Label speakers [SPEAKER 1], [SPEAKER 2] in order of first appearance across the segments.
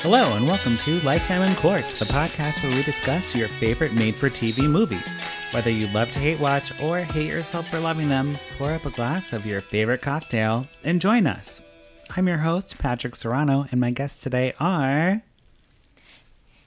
[SPEAKER 1] Hello, and welcome to Lifetime in Court, the podcast where we discuss your favorite made for TV movies. Whether you love to hate watch or hate yourself for loving them, pour up a glass of your favorite cocktail and join us. I'm your host, Patrick Serrano, and my guests today are.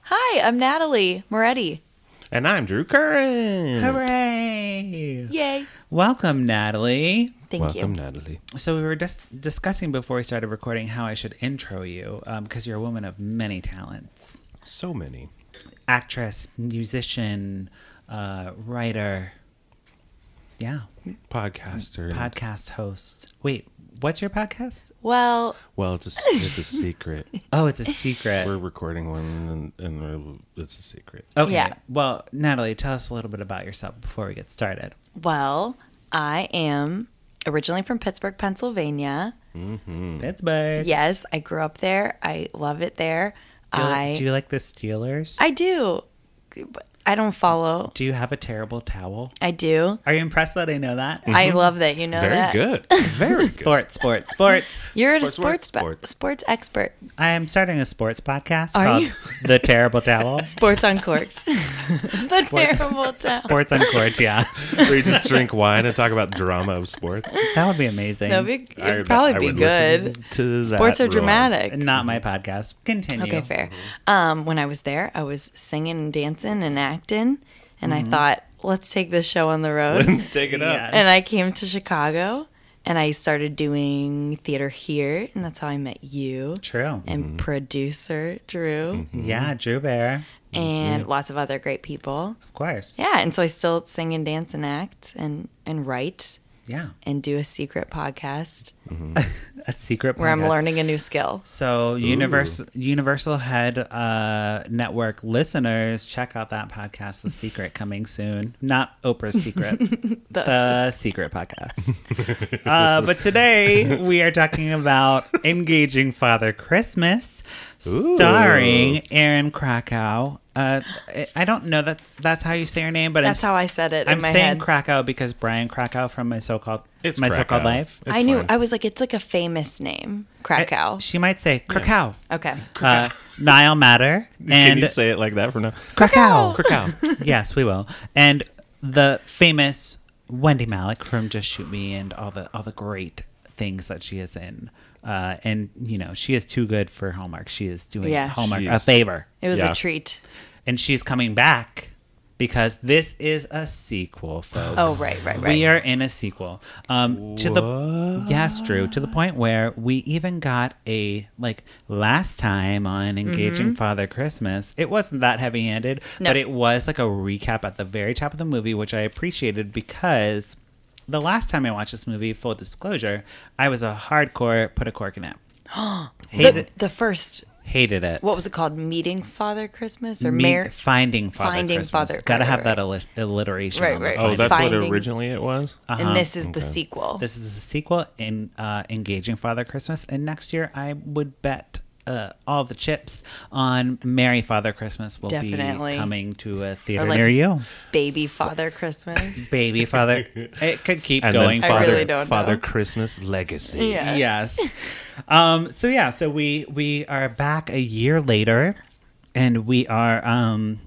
[SPEAKER 2] Hi, I'm Natalie Moretti.
[SPEAKER 3] And I'm Drew Curran.
[SPEAKER 1] Hooray!
[SPEAKER 2] Yay.
[SPEAKER 1] Welcome, Natalie.
[SPEAKER 2] Thank
[SPEAKER 3] Welcome,
[SPEAKER 2] you.
[SPEAKER 3] Natalie.
[SPEAKER 1] So, we were just discussing before we started recording how I should intro you, because you're a woman of many talents
[SPEAKER 3] So many.
[SPEAKER 1] actress, musician, uh, writer. Yeah.
[SPEAKER 3] Podcaster.
[SPEAKER 1] Podcast host. Wait, what's your podcast?
[SPEAKER 2] Well,
[SPEAKER 3] well, it's a, it's a secret.
[SPEAKER 1] Oh, it's a
[SPEAKER 3] We're
[SPEAKER 1] secret.
[SPEAKER 3] recording one, and, and we're, it's a secret.
[SPEAKER 1] Okay.
[SPEAKER 2] Yeah.
[SPEAKER 1] Well, Natalie, tell us a little bit about yourself before we get started.
[SPEAKER 2] well, I am originally from Pittsburgh, Pennsylvania.
[SPEAKER 1] Pittsburgh.
[SPEAKER 2] Yes, I grew up there. I love it there.
[SPEAKER 1] Do you,
[SPEAKER 2] I
[SPEAKER 1] do you like the Steelers?
[SPEAKER 2] I do. But I don't follow.
[SPEAKER 1] do you have a terrible towel?
[SPEAKER 2] I do.
[SPEAKER 1] Are you impressed that I know that?
[SPEAKER 2] I love that you know
[SPEAKER 3] Very
[SPEAKER 2] that.
[SPEAKER 3] good. Very good.
[SPEAKER 1] sports, sports, sports.
[SPEAKER 2] You're a sports
[SPEAKER 3] Sports, sports,
[SPEAKER 2] sports,
[SPEAKER 3] sports.
[SPEAKER 2] sports expert.
[SPEAKER 1] I am starting a sports podcast
[SPEAKER 2] Are
[SPEAKER 1] called
[SPEAKER 2] you?
[SPEAKER 1] The Terrible Towel.
[SPEAKER 2] Sports on corks. the terrible town.
[SPEAKER 1] Sports on court, yeah.
[SPEAKER 3] Where you just drink wine and talk about drama of sports.
[SPEAKER 1] That would be amazing.
[SPEAKER 2] That'd be,
[SPEAKER 3] I-
[SPEAKER 2] it'd probably
[SPEAKER 3] I
[SPEAKER 2] be
[SPEAKER 3] would
[SPEAKER 2] good.
[SPEAKER 3] listen To that
[SPEAKER 2] Sports are
[SPEAKER 3] real-
[SPEAKER 2] dramatic.
[SPEAKER 1] Not my podcast. Continue.
[SPEAKER 2] Okay, fair. Um, when I was there, I was singing and dancing and acting, and I thought, let's take this show on the road.
[SPEAKER 3] Let's take it up.
[SPEAKER 1] Yeah.
[SPEAKER 2] and I came to Chicago, and I started doing theater here, and that's how I met you
[SPEAKER 1] True.
[SPEAKER 2] and producer Drew
[SPEAKER 1] Yeah, Drew Bear.
[SPEAKER 2] and lots of other great people.
[SPEAKER 1] Of course.
[SPEAKER 2] Yeah, and so I still sing and dance and act and and write
[SPEAKER 1] Yeah.
[SPEAKER 2] and do a secret podcast
[SPEAKER 1] A secret
[SPEAKER 2] where I'm
[SPEAKER 1] podcast.
[SPEAKER 2] learning a new skill.
[SPEAKER 1] So, Universal Universal Head uh, Network listeners, check out that podcast, The Secret, coming soon. Not Oprah's Secret,
[SPEAKER 2] The-
[SPEAKER 1] The Secret Podcast. uh, but today we are talking about Engaging Father Christmas, starring Aaron Krakow. Uh, I- I don't know that that's how you say her name, but
[SPEAKER 2] That's
[SPEAKER 1] I'm,
[SPEAKER 2] how I said it in
[SPEAKER 1] I'm
[SPEAKER 2] my
[SPEAKER 1] saying
[SPEAKER 2] head.
[SPEAKER 1] Krakow because Brian Krakow from my so-called
[SPEAKER 3] It's
[SPEAKER 1] my
[SPEAKER 3] Krakow.
[SPEAKER 1] so-called life.
[SPEAKER 3] It's
[SPEAKER 2] I knew
[SPEAKER 3] fine.
[SPEAKER 2] I was like, it's like a famous name, Krakow.
[SPEAKER 1] She might say Krakow.
[SPEAKER 2] okay.
[SPEAKER 1] Uh, Nile Matter
[SPEAKER 3] Can
[SPEAKER 1] and
[SPEAKER 3] you say it like that for now?
[SPEAKER 1] Krakow.
[SPEAKER 3] Krakow.
[SPEAKER 1] yes, we will. And the famous Wendy Malik from Just Shoot Me and all the all the great things that she is in. Uh, and you know she is too good for Hallmark. She is doing
[SPEAKER 2] Yeah.
[SPEAKER 1] Hallmark
[SPEAKER 3] She
[SPEAKER 1] a
[SPEAKER 3] is.
[SPEAKER 1] favor,
[SPEAKER 2] It was
[SPEAKER 3] Yeah.
[SPEAKER 2] a treat.
[SPEAKER 1] and she's coming back because this is a sequel, folks.
[SPEAKER 2] Oh, right, right, right.
[SPEAKER 1] We are in a sequel. Um, to the yes, Drew. To the point where we even got a like last time on engaging Father Christmas. It wasn't that heavy-handed,
[SPEAKER 2] Mm-hmm. No.
[SPEAKER 1] but it was like a recap at the very top of the movie, which I appreciated because the last time I watched this movie, full disclosure, I was a hardcore put a cork in it.
[SPEAKER 2] the,
[SPEAKER 1] hated
[SPEAKER 2] the first,
[SPEAKER 1] hated it.
[SPEAKER 2] what was it called? Meeting Father Christmas or
[SPEAKER 1] Me-
[SPEAKER 2] Mayor?
[SPEAKER 1] finding Father
[SPEAKER 2] Finding
[SPEAKER 1] Christmas.
[SPEAKER 2] Father-
[SPEAKER 1] Got to
[SPEAKER 2] right,
[SPEAKER 1] have
[SPEAKER 2] right,
[SPEAKER 1] that alli- alliteration.
[SPEAKER 2] Right,
[SPEAKER 1] on the
[SPEAKER 2] right,
[SPEAKER 1] front.
[SPEAKER 3] Oh, that's what
[SPEAKER 2] Finding-
[SPEAKER 3] originally it was?
[SPEAKER 2] and Uh-huh. this is the sequel.
[SPEAKER 1] This is the sequel in uh, Engaging Father Christmas, and next year I would bet uh, all the chips on Merry Father Christmas will
[SPEAKER 2] Definitely.
[SPEAKER 1] be coming to a theater
[SPEAKER 2] like-
[SPEAKER 1] near you.
[SPEAKER 2] Baby Father Christmas.
[SPEAKER 1] Baby Father, it could keep
[SPEAKER 3] And
[SPEAKER 1] going.
[SPEAKER 3] then
[SPEAKER 2] I
[SPEAKER 3] Father,
[SPEAKER 2] really don't
[SPEAKER 3] Father
[SPEAKER 2] know.
[SPEAKER 3] Christmas Legacy.
[SPEAKER 2] yeah.
[SPEAKER 1] yes. Um, so yeah, so we we are back a year later, and we are. Um,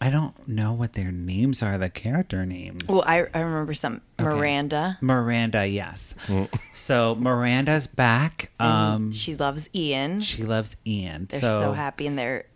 [SPEAKER 1] I don't know what their names are. The character names.
[SPEAKER 2] Well, I, I remember some Miranda.
[SPEAKER 1] Miranda, yes.
[SPEAKER 3] Mm.
[SPEAKER 1] so Miranda's back.
[SPEAKER 2] Mm-hmm.
[SPEAKER 1] Um,
[SPEAKER 2] she loves Ian.
[SPEAKER 1] She loves Ian.
[SPEAKER 2] They're
[SPEAKER 1] so,
[SPEAKER 2] so, happy in their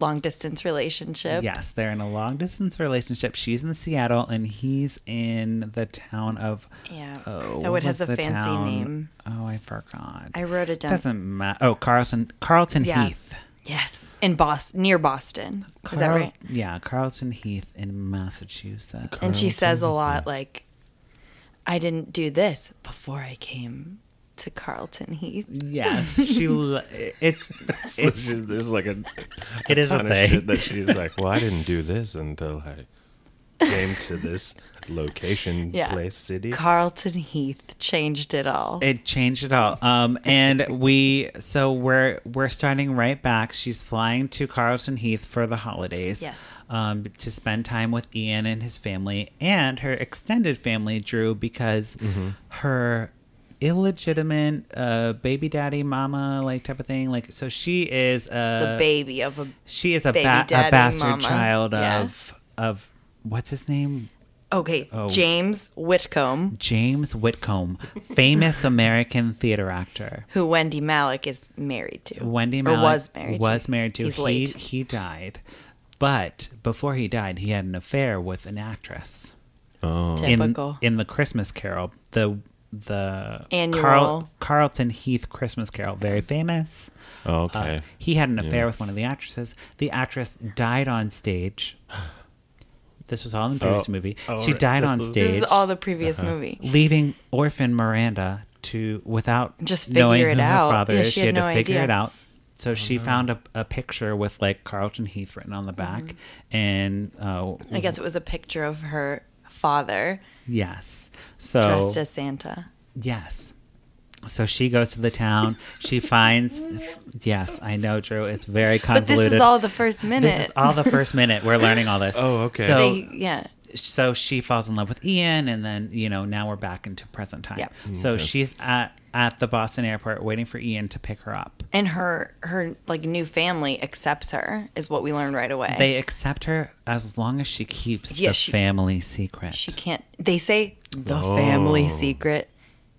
[SPEAKER 2] long distance relationship.
[SPEAKER 1] Yes, they're in a long distance relationship. She's in Seattle and he's in the town of.
[SPEAKER 2] Yeah.
[SPEAKER 1] Oh,
[SPEAKER 2] Oh,
[SPEAKER 1] what
[SPEAKER 2] it has
[SPEAKER 1] was the
[SPEAKER 2] a fancy
[SPEAKER 1] town?
[SPEAKER 2] name.
[SPEAKER 1] Oh, I forgot.
[SPEAKER 2] I wrote it down.
[SPEAKER 1] Doesn't matter. Oh, Carlson, Carlton
[SPEAKER 2] Yeah.
[SPEAKER 1] Heath.
[SPEAKER 2] Yes. In Boston, near Boston. is that
[SPEAKER 1] Carl-
[SPEAKER 2] right?
[SPEAKER 1] Yeah, Carlton Heath in Massachusetts.
[SPEAKER 2] And she says a lot like, I didn't do this before I came to Carlton Heath.
[SPEAKER 1] yes, she. Lo- it's
[SPEAKER 3] So she- there's like a
[SPEAKER 1] It is a
[SPEAKER 3] ton of
[SPEAKER 1] thing.
[SPEAKER 3] shit that she's like, well, I didn't do this until I came to this location,
[SPEAKER 2] Yeah.
[SPEAKER 3] place, city.
[SPEAKER 2] Carlton Heath changed it all.
[SPEAKER 1] It changed it all. Um, and we so we're we're starting right back. She's flying to Carlton Heath for the holidays.
[SPEAKER 2] Yes.
[SPEAKER 1] Um, to spend time with Ian and his family and her extended family, Drew, because her illegitimate uh, baby daddy mama like type of thing. Like so, she is
[SPEAKER 2] the
[SPEAKER 1] a
[SPEAKER 2] baby of a
[SPEAKER 1] she is a,
[SPEAKER 2] baby
[SPEAKER 1] ba- a
[SPEAKER 2] daddy
[SPEAKER 1] bastard
[SPEAKER 2] mama.
[SPEAKER 1] child
[SPEAKER 2] Yeah.
[SPEAKER 1] of of what's his name
[SPEAKER 2] okay
[SPEAKER 1] Oh.
[SPEAKER 2] James Whitcomb,
[SPEAKER 1] James Whitcomb, famous American theater actor.
[SPEAKER 2] who Wendy Malick is married to.
[SPEAKER 1] Wendy
[SPEAKER 2] or
[SPEAKER 1] Malick
[SPEAKER 2] was married.
[SPEAKER 1] was
[SPEAKER 2] to.
[SPEAKER 1] married to.
[SPEAKER 2] He's
[SPEAKER 1] he
[SPEAKER 2] late.
[SPEAKER 1] he died, but before he died, he had an affair with an actress
[SPEAKER 3] Oh,
[SPEAKER 1] in,
[SPEAKER 2] Typical.
[SPEAKER 1] in the Christmas Carol, the the
[SPEAKER 2] Annual.
[SPEAKER 1] Carlton Heath Christmas Carol, very famous. Uh,
[SPEAKER 3] Oh, okay.
[SPEAKER 1] He had an affair with one of the actresses. The actress died on stage. This was all in the previous
[SPEAKER 3] Oh.
[SPEAKER 1] movie.
[SPEAKER 3] Oh,
[SPEAKER 1] she
[SPEAKER 3] right.
[SPEAKER 1] died
[SPEAKER 3] This
[SPEAKER 1] on
[SPEAKER 3] is-
[SPEAKER 1] stage
[SPEAKER 2] this is all the previous
[SPEAKER 1] Uh-huh.
[SPEAKER 2] movie.
[SPEAKER 1] leaving orphan Miranda to without
[SPEAKER 2] Just
[SPEAKER 1] knowing
[SPEAKER 2] figure it
[SPEAKER 1] who
[SPEAKER 2] out.
[SPEAKER 1] her father
[SPEAKER 2] Yeah,
[SPEAKER 1] is. She,
[SPEAKER 2] she
[SPEAKER 1] had,
[SPEAKER 2] had
[SPEAKER 1] to
[SPEAKER 2] no
[SPEAKER 1] figure
[SPEAKER 2] idea.
[SPEAKER 1] it out.
[SPEAKER 3] Oh,
[SPEAKER 1] So she found a, a picture with like Carlton Heath written on the back, and uh,
[SPEAKER 2] Mm-hmm. I guess it was a picture of her father
[SPEAKER 1] yes, so
[SPEAKER 2] dressed as Santa.
[SPEAKER 1] yes, so she goes to the town. She finds yes, I know, Drew. It's very
[SPEAKER 2] But
[SPEAKER 1] convoluted.
[SPEAKER 2] this is all the first minute.
[SPEAKER 1] This is all the first minute we're learning all this.
[SPEAKER 3] Oh, okay.
[SPEAKER 1] So
[SPEAKER 2] they, yeah.
[SPEAKER 1] so she falls in love with Ian, and then you know now we're back into present time.
[SPEAKER 2] Yeah.
[SPEAKER 1] So she's at at the Boston airport waiting for Ian to pick her up.
[SPEAKER 2] And her her like new family accepts her is what we learned right away.
[SPEAKER 1] They accept her as long as she keeps
[SPEAKER 2] Yeah,
[SPEAKER 1] the
[SPEAKER 2] she-
[SPEAKER 1] family secret.
[SPEAKER 2] she can't they say the family
[SPEAKER 1] Oh.
[SPEAKER 2] secret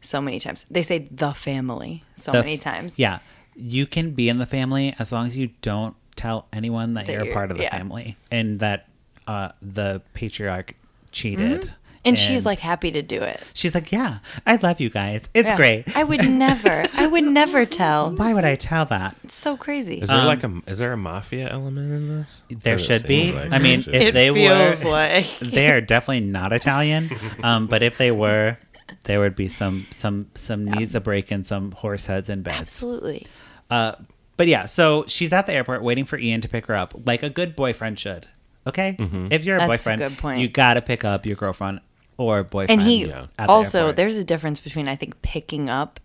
[SPEAKER 2] so many times. They say the family so
[SPEAKER 1] The-
[SPEAKER 2] many times.
[SPEAKER 1] Yeah, you can be in the family as long as you don't tell anyone that,
[SPEAKER 2] That
[SPEAKER 1] you're,
[SPEAKER 2] you're-
[SPEAKER 1] part of the
[SPEAKER 2] yeah.
[SPEAKER 1] family and that uh, the patriarch cheated.
[SPEAKER 2] Mm-hmm. And, she's like happy to do it.
[SPEAKER 1] she's like, yeah, I love you guys. It's
[SPEAKER 2] Yeah.
[SPEAKER 1] great.
[SPEAKER 2] I would never. I would never tell.
[SPEAKER 1] Why would I tell that?
[SPEAKER 2] It's so crazy.
[SPEAKER 1] Uh,
[SPEAKER 3] Is there like a is there a mafia element in this?
[SPEAKER 1] um, There
[SPEAKER 3] Or it
[SPEAKER 1] should be.
[SPEAKER 3] seems like
[SPEAKER 1] I
[SPEAKER 3] there
[SPEAKER 1] mean,
[SPEAKER 3] should
[SPEAKER 1] if
[SPEAKER 3] be.
[SPEAKER 1] they were,
[SPEAKER 2] like
[SPEAKER 1] they are definitely not Italian. Um, but if they were, there would be some some some knees a break and some horse heads and beds.
[SPEAKER 2] absolutely.
[SPEAKER 1] Uh, but yeah, so she's at the airport waiting for Ian to pick her up, like a good boyfriend should. Okay, if you're a
[SPEAKER 2] That's a
[SPEAKER 1] boyfriend,
[SPEAKER 2] good point.
[SPEAKER 1] you gotta pick up your girlfriend or boyfriend.
[SPEAKER 2] And he
[SPEAKER 3] Yeah.
[SPEAKER 1] at the
[SPEAKER 2] also
[SPEAKER 1] airport.
[SPEAKER 2] there's a difference between I think picking up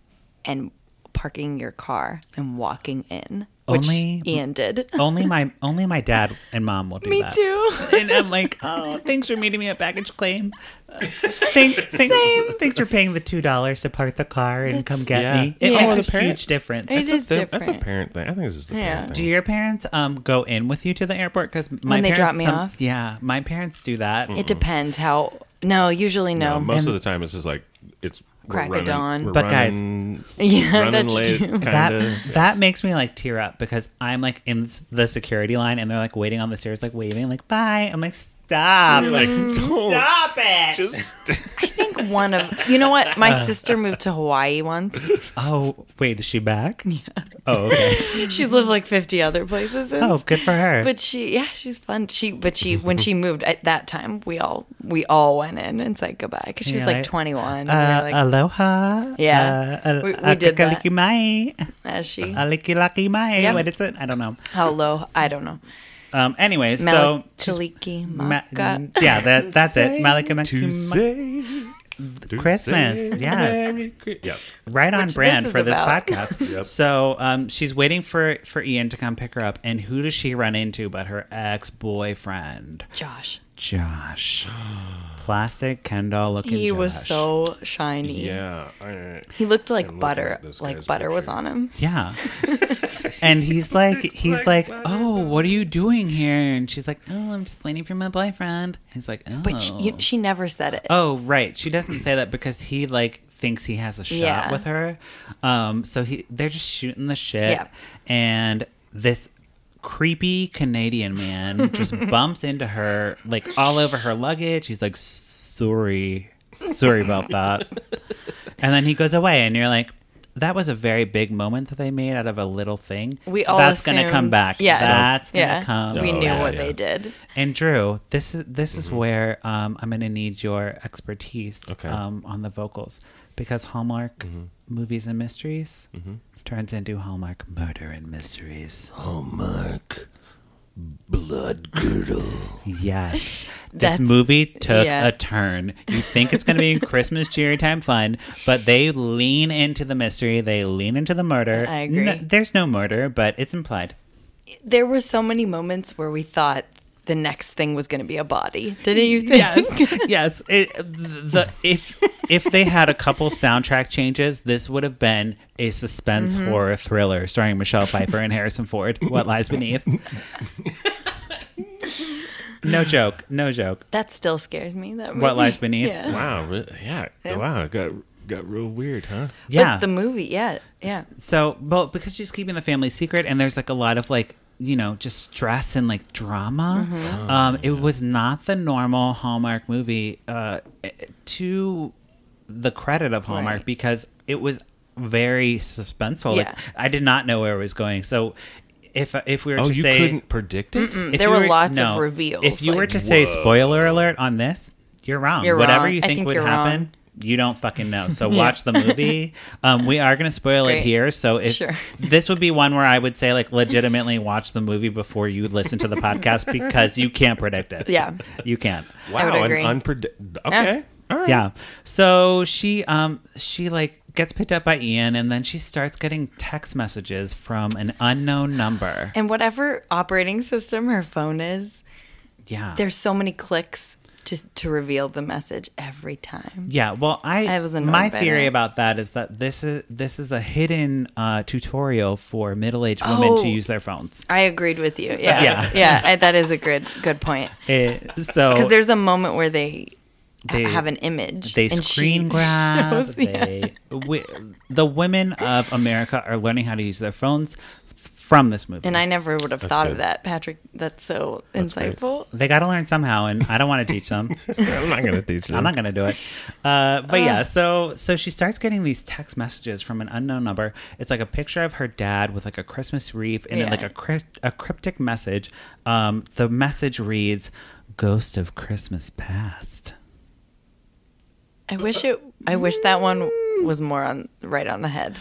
[SPEAKER 2] and parking your car and walking in, which
[SPEAKER 1] Only-
[SPEAKER 2] Ian did.
[SPEAKER 1] only my only my dad and mom will do
[SPEAKER 2] Me
[SPEAKER 1] that.
[SPEAKER 2] too.
[SPEAKER 1] and I'm like, oh, thanks for meeting me at baggage claim. Uh, thanks, thanks, thanks for paying the two dollars to park the car and come get
[SPEAKER 3] Yeah.
[SPEAKER 1] me. It
[SPEAKER 2] Yeah.
[SPEAKER 1] makes
[SPEAKER 2] Oh,
[SPEAKER 1] a
[SPEAKER 3] the parent-
[SPEAKER 1] huge difference.
[SPEAKER 2] It is
[SPEAKER 3] Th-
[SPEAKER 2] different.
[SPEAKER 3] That's a parent thing. I think this is the
[SPEAKER 2] Yeah.
[SPEAKER 3] parent
[SPEAKER 1] Do
[SPEAKER 3] thing.
[SPEAKER 1] your parents um go in with you to the airport? Because my
[SPEAKER 2] When they
[SPEAKER 1] parents
[SPEAKER 2] drop me
[SPEAKER 1] some-
[SPEAKER 2] off?
[SPEAKER 1] yeah, my parents do that.
[SPEAKER 2] It depends how. No, usually no.
[SPEAKER 3] Uh, most of the time, it's just like it's we're
[SPEAKER 2] Crack of
[SPEAKER 3] running-
[SPEAKER 2] dawn.
[SPEAKER 3] we're
[SPEAKER 1] um, But guys-
[SPEAKER 3] running,
[SPEAKER 2] yeah,
[SPEAKER 3] running
[SPEAKER 2] that's
[SPEAKER 3] late,
[SPEAKER 2] true.
[SPEAKER 1] that
[SPEAKER 3] kinda.
[SPEAKER 1] that makes me like tear up because I'm like in s- the security line and they're like waiting on the stairs, like waving, like bye. I'm like, stop,
[SPEAKER 3] You're like, don't
[SPEAKER 1] stop it.
[SPEAKER 3] just
[SPEAKER 2] I think one of you know what? My sister moved to Hawaii once.
[SPEAKER 1] oh wait, is she back? Yeah. Oh okay.
[SPEAKER 2] She's lived like fifty other places. since.
[SPEAKER 1] Oh, good for her.
[SPEAKER 2] But she, yeah, she's fun. She, but she, when she moved at that time, we all we all went in and said goodbye because she was
[SPEAKER 1] You're
[SPEAKER 2] like
[SPEAKER 1] like,
[SPEAKER 2] 21.
[SPEAKER 1] uh,
[SPEAKER 2] and we were like,
[SPEAKER 1] aloha.
[SPEAKER 2] Yeah.
[SPEAKER 1] Uh,
[SPEAKER 2] We- we did that.
[SPEAKER 1] kakaliki mai.
[SPEAKER 2] as she,
[SPEAKER 1] Aliki laki mai.
[SPEAKER 2] Yeah.
[SPEAKER 1] What is it? I don't know.
[SPEAKER 2] how low? I don't know.
[SPEAKER 1] Um. Anyways,
[SPEAKER 2] Mel-
[SPEAKER 1] so
[SPEAKER 2] Chaliki
[SPEAKER 1] Ma-
[SPEAKER 2] Maka.
[SPEAKER 1] yeah, that that's it. Malika
[SPEAKER 3] to say
[SPEAKER 1] Christmas, yes.
[SPEAKER 3] Merry Chri- yeah.
[SPEAKER 1] right on
[SPEAKER 2] Which
[SPEAKER 1] brand
[SPEAKER 2] this is
[SPEAKER 1] for this
[SPEAKER 2] about.
[SPEAKER 1] podcast.
[SPEAKER 3] Yep.
[SPEAKER 1] So um, she's waiting for for Ian to come pick her up, and who does she run into but her ex boyfriend,
[SPEAKER 2] Josh.
[SPEAKER 1] Josh, plastic Ken doll looking.
[SPEAKER 2] He was
[SPEAKER 1] Josh.
[SPEAKER 2] so shiny.
[SPEAKER 3] Yeah. all right.
[SPEAKER 2] He looked like
[SPEAKER 3] I'm looking
[SPEAKER 2] butter.
[SPEAKER 3] at this
[SPEAKER 2] Like
[SPEAKER 3] guy's
[SPEAKER 2] butter was
[SPEAKER 3] picture.
[SPEAKER 2] on him.
[SPEAKER 1] Yeah. and he's like, he's like,
[SPEAKER 3] like,
[SPEAKER 1] oh, what are you doing here? And she's like, oh, I'm just waiting for my boyfriend. And he's like, oh.
[SPEAKER 2] But she, you, she never said it.
[SPEAKER 1] oh, right. She doesn't say that because he like thinks he has a shot
[SPEAKER 2] Yeah.
[SPEAKER 1] with her. Um, so he, they're just shooting the shit.
[SPEAKER 2] Yeah.
[SPEAKER 1] And this creepy Canadian man just bumps into her like all over her luggage. He's like, sorry, sorry about that. And then he goes away, and you're like, that was a very big moment that they made out of a little thing.
[SPEAKER 2] We all
[SPEAKER 1] that's gonna come
[SPEAKER 2] assumed-
[SPEAKER 1] back.
[SPEAKER 2] Yeah,
[SPEAKER 1] that's gonna
[SPEAKER 2] yeah.
[SPEAKER 1] come.
[SPEAKER 2] We
[SPEAKER 3] Oh,
[SPEAKER 2] knew
[SPEAKER 3] yeah,
[SPEAKER 2] what
[SPEAKER 3] yeah.
[SPEAKER 2] they did.
[SPEAKER 1] And Drew, this is this is where um, I'm gonna need your expertise
[SPEAKER 3] Okay.
[SPEAKER 1] um, on the vocals because Hallmark movies and mysteries turns into Hallmark murder and mysteries.
[SPEAKER 3] Hallmark blood girdle.
[SPEAKER 1] Yes. This
[SPEAKER 2] That's-
[SPEAKER 1] movie took
[SPEAKER 2] yeah.
[SPEAKER 1] a turn. You think it's going to be Christmas cheery time fun, but they lean into the mystery. They lean into the murder.
[SPEAKER 2] I agree.
[SPEAKER 1] No- there's no murder, but it's implied.
[SPEAKER 2] There were so many moments where we thought the next thing was going to be a body. Didn't you think?
[SPEAKER 1] yes. It, the if if they had a couple soundtrack changes, this would have been a suspense horror thriller starring Michelle Pfeiffer and Harrison Ford. What lies beneath? no joke. No joke.
[SPEAKER 2] That still scares me. That movie.
[SPEAKER 1] What lies beneath?
[SPEAKER 2] Yeah.
[SPEAKER 3] Wow. re- Yeah. Wow. It got got real weird, huh?
[SPEAKER 1] Yeah.
[SPEAKER 2] But the movie, yeah, yeah.
[SPEAKER 1] so, but because she's keeping the family secret, and there's like a lot of like you know just stress and like drama.
[SPEAKER 2] Mm-hmm.
[SPEAKER 1] Um,
[SPEAKER 3] Oh,
[SPEAKER 1] it was not the normal Hallmark movie. Uh, to the credit of Hallmark,
[SPEAKER 2] Right.
[SPEAKER 1] because it was very suspenseful.
[SPEAKER 2] Yeah.
[SPEAKER 1] Like I did not know where it was going. So. If, if we were
[SPEAKER 3] Oh,
[SPEAKER 1] to
[SPEAKER 3] you
[SPEAKER 1] say
[SPEAKER 3] couldn't predict it.
[SPEAKER 1] if you
[SPEAKER 2] There were lots of reveals,
[SPEAKER 1] If you were
[SPEAKER 2] like-
[SPEAKER 1] to say spoiler alert on this, you're wrong.
[SPEAKER 2] You're
[SPEAKER 1] Whatever
[SPEAKER 2] wrong.
[SPEAKER 1] you
[SPEAKER 2] I
[SPEAKER 1] think,
[SPEAKER 2] think
[SPEAKER 1] would
[SPEAKER 2] you're
[SPEAKER 1] happen,
[SPEAKER 2] wrong.
[SPEAKER 1] you don't fucking know. So watch the movie. Um, we are going to spoil it
[SPEAKER 2] great.
[SPEAKER 1] here. So if
[SPEAKER 2] Sure.
[SPEAKER 1] this would be one where I would say like legitimately watch the movie before you listen to the podcast because you can't predict it.
[SPEAKER 2] Yeah.
[SPEAKER 1] you can't.
[SPEAKER 3] Wow.
[SPEAKER 2] I would
[SPEAKER 3] an
[SPEAKER 2] agree.
[SPEAKER 3] unpredict- Okay. All right.
[SPEAKER 1] Yeah. So she um she like gets picked up by Ian and then she starts getting text messages from an unknown number.
[SPEAKER 2] And whatever operating system her phone is,
[SPEAKER 1] Yeah.
[SPEAKER 2] there's so many clicks just to reveal the message every time.
[SPEAKER 1] Yeah, well, I,
[SPEAKER 2] I was annoyed
[SPEAKER 1] my
[SPEAKER 2] by
[SPEAKER 1] theory
[SPEAKER 2] that.
[SPEAKER 1] about that is that this is this is a hidden uh, tutorial for middle-aged women
[SPEAKER 2] Oh.
[SPEAKER 1] to use their phones.
[SPEAKER 2] I agreed with you. Yeah,
[SPEAKER 1] Yeah.
[SPEAKER 2] yeah, I, that is a good good point.
[SPEAKER 1] Eh, so
[SPEAKER 2] Because there's a moment where they, ha-
[SPEAKER 1] They-
[SPEAKER 2] have an image.
[SPEAKER 1] they
[SPEAKER 2] and she
[SPEAKER 1] screen grab.
[SPEAKER 2] shows- yeah.
[SPEAKER 1] they, wi- the women of America are learning how to use their phones from this movie.
[SPEAKER 2] And I never would have thought of
[SPEAKER 3] good.
[SPEAKER 2] that, Patrick. That's so
[SPEAKER 3] great.
[SPEAKER 2] insightful.
[SPEAKER 1] they got to learn somehow, and I don't want to teach them.
[SPEAKER 3] I'm not gonna teach
[SPEAKER 1] I'm
[SPEAKER 3] them.
[SPEAKER 1] not gonna do it. Uh, but yeah, so so she starts getting these text messages from an unknown number. It's like a picture of her dad with like a Christmas wreath and then
[SPEAKER 2] Yeah.
[SPEAKER 1] like a crypt, a cryptic message. Um, the message reads, "Ghost of Christmas Past."
[SPEAKER 2] I wish it. I wish that one was more on right on the head.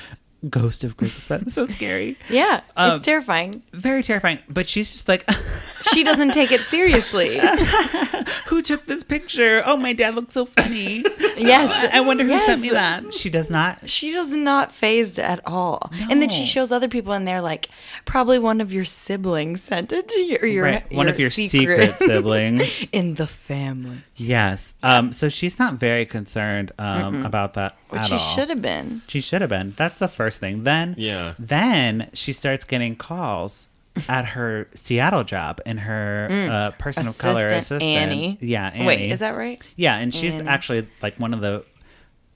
[SPEAKER 1] Ghost of Christmas Past. so scary.
[SPEAKER 2] Yeah,
[SPEAKER 1] Um,
[SPEAKER 2] it's terrifying.
[SPEAKER 1] Very terrifying. But she's just like,
[SPEAKER 2] She doesn't take it seriously.
[SPEAKER 1] "Who took this picture? Oh, my dad looks so funny.
[SPEAKER 2] yes,
[SPEAKER 1] I wonder who sent
[SPEAKER 2] Yes.
[SPEAKER 1] me that." She does not.
[SPEAKER 2] she does not phased at all. And then she
[SPEAKER 1] No.
[SPEAKER 2] shows other people, and they're like, probably one of your siblings sent it to you, or your,
[SPEAKER 1] right, one of your
[SPEAKER 2] secret
[SPEAKER 1] secret siblings.
[SPEAKER 2] in the family,
[SPEAKER 1] Yes. Um, so she's not very concerned um, about that
[SPEAKER 2] which
[SPEAKER 1] at
[SPEAKER 2] she
[SPEAKER 1] all.
[SPEAKER 2] should have been.
[SPEAKER 1] She should have been. That's the first thing. Then,
[SPEAKER 3] Yeah.
[SPEAKER 1] Then she starts getting calls at her Seattle job and her uh, person of color assistant.
[SPEAKER 2] Mm. Annie.
[SPEAKER 1] Yeah. Annie.
[SPEAKER 2] Wait, is that right?
[SPEAKER 1] Yeah, and she's actually like one of the.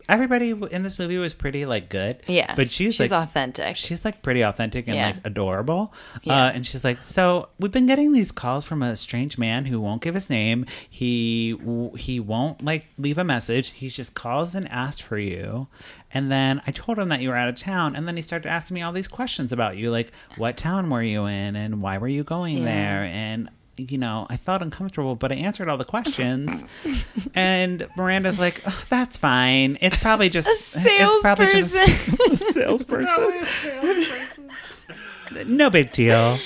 [SPEAKER 1] Everybody w- in this movie was pretty like good.
[SPEAKER 2] Yeah,
[SPEAKER 1] But she's,
[SPEAKER 2] she's
[SPEAKER 1] like
[SPEAKER 2] authentic.
[SPEAKER 1] she's like pretty authentic and
[SPEAKER 2] Yeah.
[SPEAKER 1] like adorable.
[SPEAKER 2] Yeah.
[SPEAKER 1] Uh, and she's like, so we've been getting these calls from a strange man who won't give his name. He w- he won't like leave a message. He just calls and asks for you. And then I told him that you were out of town. And then he started asking me all these questions about you, like what town were you in and why were you going there and. You know, I felt uncomfortable, but I answered all the questions. and Miranda's like, oh, "That's fine. It's probably just it's probably just a
[SPEAKER 2] salesperson.
[SPEAKER 1] salesperson. no big deal.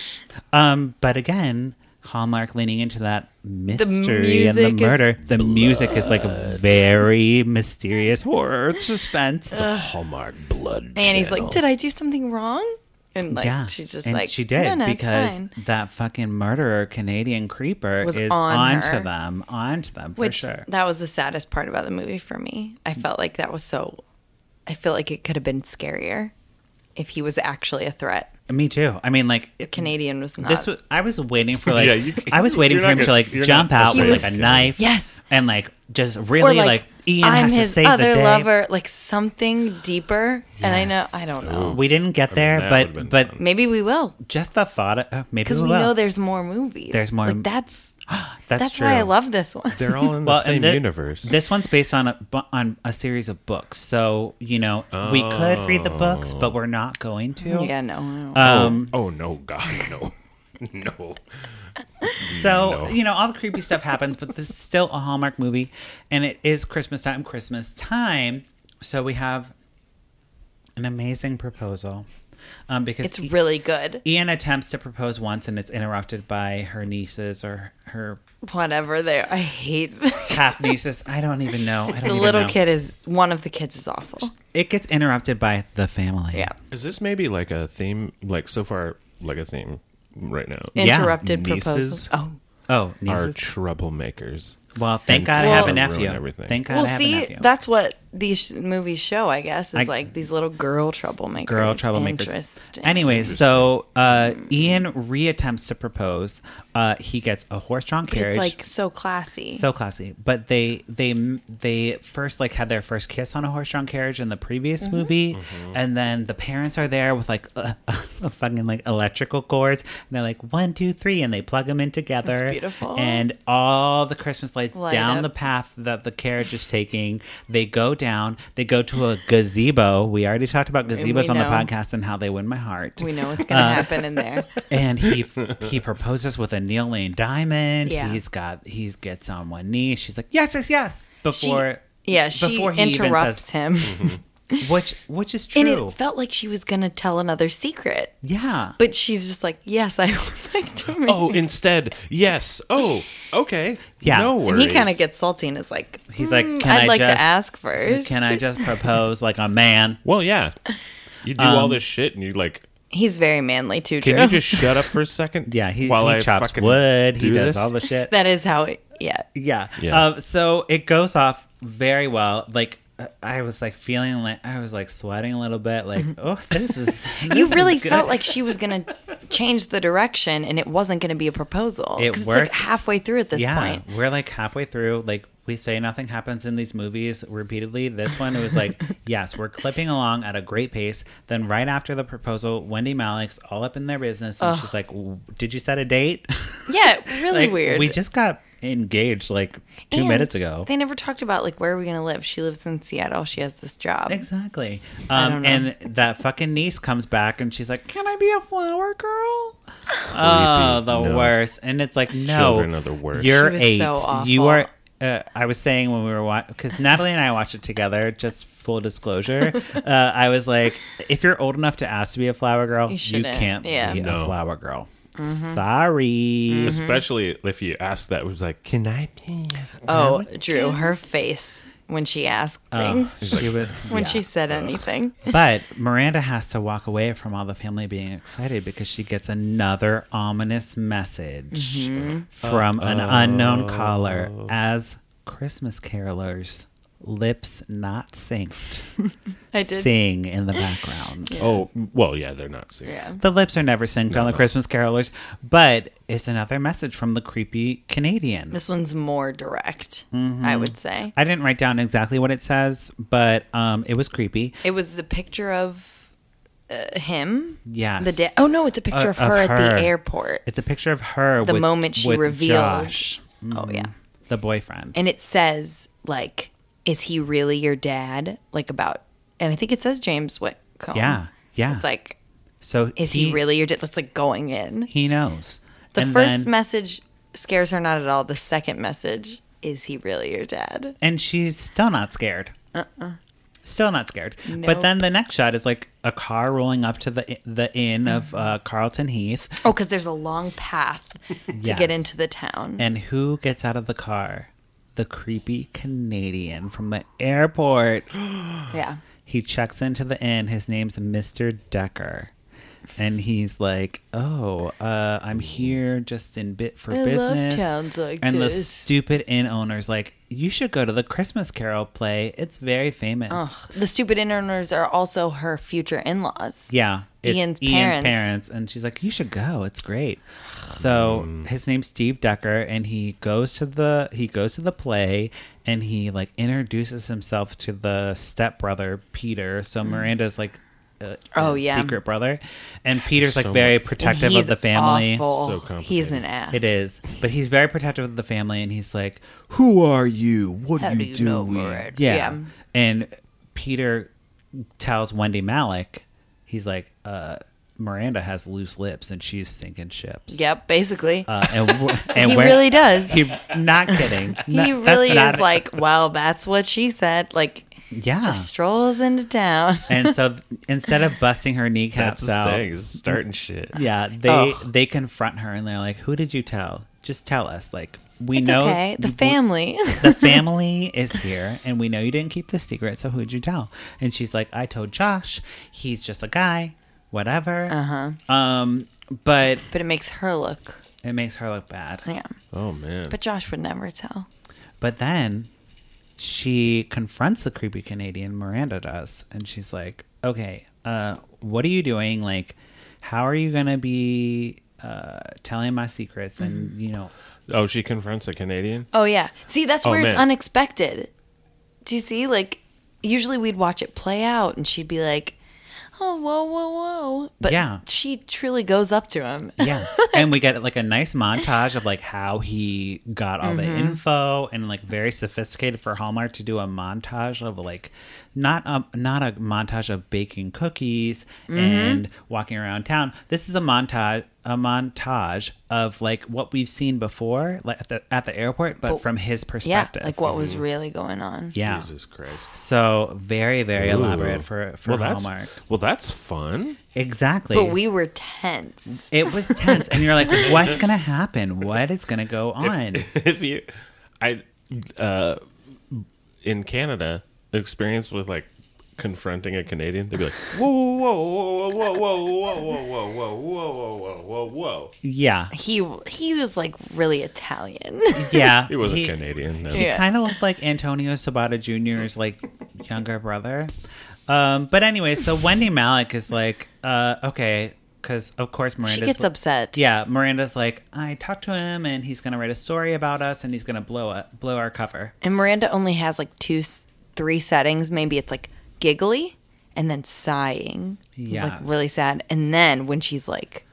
[SPEAKER 1] Um, but again, Hallmark leaning into that mystery and the
[SPEAKER 2] music is
[SPEAKER 1] murder. The music is like a very mysterious horror suspense.
[SPEAKER 3] Hallmark blood.
[SPEAKER 2] And he's like,
[SPEAKER 3] channel.
[SPEAKER 2] did I do something wrong? And like,
[SPEAKER 1] yeah,
[SPEAKER 2] she's just
[SPEAKER 1] and
[SPEAKER 2] like,
[SPEAKER 1] she did
[SPEAKER 2] no, no, it's
[SPEAKER 1] because
[SPEAKER 2] fine."
[SPEAKER 1] that fucking murderer Canadian creeper
[SPEAKER 2] Was
[SPEAKER 1] is
[SPEAKER 2] on
[SPEAKER 1] onto
[SPEAKER 2] her.
[SPEAKER 1] them, onto them for
[SPEAKER 2] Which
[SPEAKER 1] sure.
[SPEAKER 2] that was the saddest part about the movie for me. I felt like that was so. I feel like it could have been scarier if he was actually a threat.
[SPEAKER 1] Me too. I mean, like
[SPEAKER 2] The Canadian was not.
[SPEAKER 1] This was, I was waiting for like
[SPEAKER 3] Yeah, you-
[SPEAKER 1] I was waiting
[SPEAKER 3] you're
[SPEAKER 1] for
[SPEAKER 3] not
[SPEAKER 1] him to
[SPEAKER 3] gonna-
[SPEAKER 1] like
[SPEAKER 3] you're
[SPEAKER 1] jump
[SPEAKER 3] not
[SPEAKER 1] out with
[SPEAKER 2] afraid
[SPEAKER 1] like a
[SPEAKER 2] of
[SPEAKER 1] knife,
[SPEAKER 2] Yes.
[SPEAKER 1] and like just really like, Ian
[SPEAKER 2] I'm
[SPEAKER 1] has
[SPEAKER 2] his
[SPEAKER 1] to save
[SPEAKER 2] other
[SPEAKER 1] the day.
[SPEAKER 2] lover, like something deeper. And I know,
[SPEAKER 1] Yes.
[SPEAKER 2] I don't know.
[SPEAKER 1] We didn't get there,
[SPEAKER 3] that would've been
[SPEAKER 1] but but
[SPEAKER 3] fun.
[SPEAKER 2] Maybe we will
[SPEAKER 1] just the thought. Of, uh, maybe
[SPEAKER 2] because we
[SPEAKER 1] will.
[SPEAKER 2] know there's more movies.
[SPEAKER 1] There's more m-
[SPEAKER 2] Like that's
[SPEAKER 1] that's
[SPEAKER 2] that's, why I
[SPEAKER 1] true.
[SPEAKER 2] love this one.
[SPEAKER 3] they're all in the
[SPEAKER 1] Well, and
[SPEAKER 3] same
[SPEAKER 1] thi-
[SPEAKER 3] universe.
[SPEAKER 1] This one's based on a bu- on a series of books, so you know we could read the books, but we're not going to.
[SPEAKER 2] yeah, no, I don't-
[SPEAKER 1] Um.
[SPEAKER 3] oh no, God, no, no.
[SPEAKER 1] So
[SPEAKER 3] No.
[SPEAKER 1] you know all the creepy stuff happens, but this is still a Hallmark movie, and it is Christmas time. Christmas time. So we have an amazing proposal, um, because
[SPEAKER 2] it's really good.
[SPEAKER 1] Ian attempts to propose once, and it's interrupted by her nieces or her
[SPEAKER 2] Whatever they, I hate the
[SPEAKER 1] half nieces. I don't even know. I don't even
[SPEAKER 2] little
[SPEAKER 1] know.
[SPEAKER 2] kid is one of the kids is awful.
[SPEAKER 1] It gets interrupted by the family.
[SPEAKER 2] Yeah.
[SPEAKER 3] Is this maybe like a theme? Like so far, like a theme right now.
[SPEAKER 1] Yeah.
[SPEAKER 2] interrupted
[SPEAKER 3] Nieces
[SPEAKER 2] proposals. Oh,
[SPEAKER 1] Oh,
[SPEAKER 3] Are
[SPEAKER 1] nieces.
[SPEAKER 3] troublemakers?
[SPEAKER 1] Well, thank
[SPEAKER 3] and
[SPEAKER 1] God I
[SPEAKER 2] Well-
[SPEAKER 1] have a
[SPEAKER 3] ruin
[SPEAKER 1] nephew.
[SPEAKER 3] everything.
[SPEAKER 1] Thank God
[SPEAKER 2] well,
[SPEAKER 1] I have a
[SPEAKER 2] see,
[SPEAKER 1] nephew.
[SPEAKER 2] that's what these sh- movies show, I guess, is
[SPEAKER 1] I-
[SPEAKER 2] like these little girl troublemakers.
[SPEAKER 1] girl troublemakers.
[SPEAKER 2] Interesting.
[SPEAKER 1] Anyway, so uh, Ian reattempts to propose. Uh, he gets a horse-drawn
[SPEAKER 2] But
[SPEAKER 1] carriage.
[SPEAKER 2] it's like so classy.
[SPEAKER 1] so classy. But they they they first like had their first kiss on a horse-drawn carriage in the previous
[SPEAKER 2] Mm-hmm.
[SPEAKER 1] movie, and then the parents are there with like a, a fucking like electrical cords, and they're like one two three, and they plug them in together.
[SPEAKER 2] beautiful.
[SPEAKER 1] And all the Christmas lights
[SPEAKER 2] Light
[SPEAKER 1] down
[SPEAKER 2] up.
[SPEAKER 1] the path that the carriage is taking. They go down. They go to a gazebo. We already talked about gazebos on the
[SPEAKER 2] know.
[SPEAKER 1] podcast and how they win my heart
[SPEAKER 2] we know what's gonna
[SPEAKER 1] Uh,
[SPEAKER 2] happen in there.
[SPEAKER 1] and he he proposes with a Neil Lane diamond.
[SPEAKER 2] Yeah.
[SPEAKER 1] He's got he gets on one knee. She's like yes yes yes before
[SPEAKER 2] she, yeah, she
[SPEAKER 1] before he even
[SPEAKER 2] interrupts
[SPEAKER 1] says-
[SPEAKER 2] him,
[SPEAKER 1] which which is
[SPEAKER 2] and
[SPEAKER 1] true
[SPEAKER 2] it felt like she was gonna tell another secret.
[SPEAKER 1] yeah
[SPEAKER 2] But she's just like, yes, I would like to. Marry.
[SPEAKER 3] Oh, instead, yes. Oh, okay.
[SPEAKER 1] Yeah.
[SPEAKER 3] No
[SPEAKER 1] And
[SPEAKER 2] and
[SPEAKER 3] worries.
[SPEAKER 2] he kind of gets salty and is like,
[SPEAKER 1] he's like
[SPEAKER 2] "Hmm,
[SPEAKER 1] can
[SPEAKER 2] I'd
[SPEAKER 1] I
[SPEAKER 2] like
[SPEAKER 1] just,
[SPEAKER 2] to ask first.
[SPEAKER 1] can I just propose like a man
[SPEAKER 3] Well, yeah. You do
[SPEAKER 1] Um,
[SPEAKER 3] all this shit, and you like.
[SPEAKER 2] He's very manly too.
[SPEAKER 3] Can
[SPEAKER 2] Drew.
[SPEAKER 3] you just shut up for a second?
[SPEAKER 1] yeah he,
[SPEAKER 3] While
[SPEAKER 1] he
[SPEAKER 3] I
[SPEAKER 1] chops
[SPEAKER 3] fucking
[SPEAKER 1] wood he
[SPEAKER 3] do
[SPEAKER 1] does
[SPEAKER 3] this?
[SPEAKER 1] all the shit
[SPEAKER 2] that is how. It, yeah.
[SPEAKER 1] Yeah.
[SPEAKER 3] Yeah.
[SPEAKER 1] Um, so it goes off very well. Like uh, I was like feeling like I was like sweating a little bit. Like oh, this is
[SPEAKER 2] Mm-hmm. You
[SPEAKER 1] this is
[SPEAKER 2] really
[SPEAKER 1] good.
[SPEAKER 2] felt like she was gonna change the direction, and it wasn't gonna be a proposal.
[SPEAKER 1] It
[SPEAKER 2] 'Cause it's
[SPEAKER 1] worked.
[SPEAKER 2] like halfway through at this
[SPEAKER 1] yeah.
[SPEAKER 2] point.
[SPEAKER 1] We're like halfway through. Like we say nothing happens in these movies repeatedly. This one it was like yes, we're clipping along at a great pace. Then right after the proposal, Wendy Malik's all up in their business, and she's like, "W- "Did you set a date?"
[SPEAKER 2] Yeah, really
[SPEAKER 1] like,
[SPEAKER 2] weird.
[SPEAKER 1] We just got engaged like two
[SPEAKER 2] And
[SPEAKER 1] minutes ago.
[SPEAKER 2] They never talked about like where are we gonna live. She lives in Seattle. She has this job.
[SPEAKER 1] Exactly.
[SPEAKER 2] I
[SPEAKER 1] Um,
[SPEAKER 2] don't know.
[SPEAKER 1] and that fucking niece comes back and she's like, "Can I be a flower girl?" Oh, the
[SPEAKER 3] No.
[SPEAKER 1] worst. And it's like, no,
[SPEAKER 3] Children are the worst.
[SPEAKER 1] You're
[SPEAKER 2] She was
[SPEAKER 1] eight.
[SPEAKER 2] so awful.
[SPEAKER 1] You are. Uh, I was saying when we were watching, because Natalie and I watched it together. Just full disclosure, uh, I was like, if you're old enough to ask to be a flower girl,
[SPEAKER 2] You
[SPEAKER 1] you,
[SPEAKER 2] shouldn't.
[SPEAKER 1] can't
[SPEAKER 2] Yeah. Mm-hmm.
[SPEAKER 1] be a
[SPEAKER 3] No.
[SPEAKER 1] flower girl. Sorry.
[SPEAKER 3] Mm-hmm. Especially if you ask that, it was like, "Can I?" be-
[SPEAKER 2] Oh, Drew, her face when she asked things,
[SPEAKER 1] She was,
[SPEAKER 2] when
[SPEAKER 1] yeah.
[SPEAKER 2] she said anything.
[SPEAKER 1] But Miranda has to walk away from all the family being excited because she gets another ominous message
[SPEAKER 2] Mm-hmm.
[SPEAKER 1] from an unknown caller as Christmas carolers, lips not synced,
[SPEAKER 2] I did.
[SPEAKER 1] sing in the background.
[SPEAKER 3] Oh, well, yeah, they're not seeing.
[SPEAKER 2] Yeah.
[SPEAKER 1] The lips are never synced on the
[SPEAKER 3] no.
[SPEAKER 1] Christmas carolers, but it's another message from the creepy Canadian.
[SPEAKER 2] This one's more direct,
[SPEAKER 1] Mm-hmm.
[SPEAKER 2] I would say.
[SPEAKER 1] I didn't write down exactly what it says, but um, it was creepy.
[SPEAKER 2] It was the picture of uh, him.
[SPEAKER 1] Yes.
[SPEAKER 2] The day. Oh no, it's a picture
[SPEAKER 1] Uh,
[SPEAKER 2] of
[SPEAKER 1] of
[SPEAKER 2] her at
[SPEAKER 1] her.
[SPEAKER 2] the airport.
[SPEAKER 1] It's a picture of her.
[SPEAKER 2] The
[SPEAKER 1] with-
[SPEAKER 2] moment she
[SPEAKER 1] with
[SPEAKER 2] revealed-
[SPEAKER 1] Josh. Mm,
[SPEAKER 2] oh yeah,
[SPEAKER 1] the boyfriend.
[SPEAKER 2] and it says like, "Is he really your dad?" Like about, and I think it says James Whitcomb.
[SPEAKER 1] Yeah, yeah.
[SPEAKER 2] It's like,
[SPEAKER 1] so
[SPEAKER 2] is he, really your dad? That's like going in.
[SPEAKER 1] He knows.
[SPEAKER 2] The
[SPEAKER 1] And
[SPEAKER 2] first
[SPEAKER 1] then-
[SPEAKER 2] message scares her not at all. The second message, "Is he really your dad?"
[SPEAKER 1] and she's still not scared. Uh uh Still not scared. But
[SPEAKER 2] Uh-uh. Nope.
[SPEAKER 1] then the next shot is like a car rolling up to the the inn of uh,
[SPEAKER 2] Mm-hmm.
[SPEAKER 1] Carlton Heath,
[SPEAKER 2] Oh, because there's a long path to
[SPEAKER 1] Yes.
[SPEAKER 2] get into the town.
[SPEAKER 1] and who gets out of the car? The creepy Canadian from the airport.
[SPEAKER 2] yeah.
[SPEAKER 1] He checks into the inn. His name's Mr. Decker. And he's like, "Oh, uh, I'm here just in bit for
[SPEAKER 2] I love
[SPEAKER 1] business."
[SPEAKER 2] towns like
[SPEAKER 1] and the
[SPEAKER 2] this.
[SPEAKER 1] stupid inn owner's like, "You should go to the Christmas Carol play. It's very famous."
[SPEAKER 2] Ugh. The stupid inn owners are also her future in laws.
[SPEAKER 1] Yeah, it's
[SPEAKER 2] Ian's parents.
[SPEAKER 1] and she's like, "You should go. It's great." So
[SPEAKER 3] Mm.
[SPEAKER 1] his name's Steve Decker, and he goes to the he goes to the play, and he like introduces himself to the stepbrother Peter. So Miranda's like, uh,
[SPEAKER 2] Mm. Oh,
[SPEAKER 1] uh,
[SPEAKER 2] yeah.
[SPEAKER 1] secret brother, and Peter's like
[SPEAKER 3] so
[SPEAKER 1] very
[SPEAKER 3] much-
[SPEAKER 1] protective of the family.
[SPEAKER 2] awful.
[SPEAKER 3] So
[SPEAKER 2] He's
[SPEAKER 3] complicated.
[SPEAKER 2] an ass.
[SPEAKER 1] It is, but he's very protective of the family, and he's like, "Who are you? What
[SPEAKER 2] How
[SPEAKER 1] are
[SPEAKER 2] do
[SPEAKER 1] you
[SPEAKER 2] you know
[SPEAKER 1] doing?"
[SPEAKER 2] Miranda?
[SPEAKER 1] yeah.
[SPEAKER 2] Yeah.
[SPEAKER 1] and Peter tells Wendy Malik, he's like, uh, "Miranda has loose lips, and she's sinking ships."
[SPEAKER 2] Yep, basically.
[SPEAKER 1] uh, and, w- and
[SPEAKER 2] he
[SPEAKER 1] where-
[SPEAKER 2] really does. He,
[SPEAKER 1] He not kidding. No, that's
[SPEAKER 2] really
[SPEAKER 1] not
[SPEAKER 2] is
[SPEAKER 1] it.
[SPEAKER 2] like, well, that's what she said. Like,
[SPEAKER 1] yeah.
[SPEAKER 2] just strolls into town.
[SPEAKER 1] and so th- instead of busting her
[SPEAKER 3] That's
[SPEAKER 1] kneecaps
[SPEAKER 3] his
[SPEAKER 1] out,
[SPEAKER 3] thing. he's starting shit.
[SPEAKER 1] yeah, they
[SPEAKER 2] Ugh.
[SPEAKER 1] they confront her and they're like, "Who did you tell? Just tell us." Like we
[SPEAKER 2] It's
[SPEAKER 1] know
[SPEAKER 2] okay. The
[SPEAKER 1] we-
[SPEAKER 2] family.
[SPEAKER 1] the family is here and we know you didn't keep the secret so who'd you tell and she's like i told josh he's just a guy whatever uh-huh um but
[SPEAKER 2] but it makes her look.
[SPEAKER 1] it makes her look bad
[SPEAKER 2] Yeah.
[SPEAKER 3] Oh man.
[SPEAKER 2] But Josh would never tell.
[SPEAKER 1] but then she confronts the creepy Canadian, Miranda does, and she's like, "Okay, uh, what are you doing? Like, how are you gonna be uh, telling my secrets?" And you know,
[SPEAKER 3] Oh, she confronts a Canadian?
[SPEAKER 2] Oh yeah. See, that's
[SPEAKER 3] Oh,
[SPEAKER 2] where it's
[SPEAKER 3] man.
[SPEAKER 2] unexpected. Do you see? Like usually we'd watch it play out and she'd be like, "Oh, whoa, whoa, whoa." But
[SPEAKER 1] Yeah.
[SPEAKER 2] she truly goes up to him.
[SPEAKER 1] yeah, and we get like a nice montage of like how he got all
[SPEAKER 3] Mm-hmm.
[SPEAKER 1] the info, and like very sophisticated for Hallmark to do a montage of like not a not a montage of baking cookies
[SPEAKER 3] Mm-hmm.
[SPEAKER 1] and walking around town. This is a montage a montage of like what we've seen before, like at the, at the airport, but
[SPEAKER 2] But-
[SPEAKER 1] from his
[SPEAKER 2] Yeah,
[SPEAKER 1] perspective.
[SPEAKER 2] like what was really going on.
[SPEAKER 1] Yeah.
[SPEAKER 3] Jesus Christ.
[SPEAKER 1] So very very elaborate
[SPEAKER 3] Ooh.
[SPEAKER 1] for for
[SPEAKER 3] that's,
[SPEAKER 1] Hallmark.
[SPEAKER 3] Well, that's fun.
[SPEAKER 1] Exactly.
[SPEAKER 2] But we were tense.
[SPEAKER 1] it was tense, and you're like, "What's gonna happen? What is gonna go on?"
[SPEAKER 3] if you, I, uh, in Canada, experience with like confronting a Canadian, they'd be like, whoa, whoa, whoa, whoa, whoa, whoa, whoa, whoa, whoa, whoa, whoa, whoa, whoa, whoa.
[SPEAKER 1] Yeah,
[SPEAKER 2] He he was like really Italian.
[SPEAKER 1] yeah.
[SPEAKER 3] He was a Canadian. No.
[SPEAKER 2] Yeah.
[SPEAKER 1] Kind of looked like Antonio Sabata Jr.'s like younger brother. Um, but anyway, so Wendy Malik is like, uh, okay, because of course
[SPEAKER 2] she
[SPEAKER 1] Miranda's
[SPEAKER 2] gets upset.
[SPEAKER 1] Yeah, Miranda's like, I talked to him, and he's gonna write a story about us, and he's gonna blow up, blow our cover.
[SPEAKER 2] And Miranda only has like two s- three settings. Maybe it's like giggly and then sighing.
[SPEAKER 1] Yes.
[SPEAKER 2] Like really sad. And then when she's like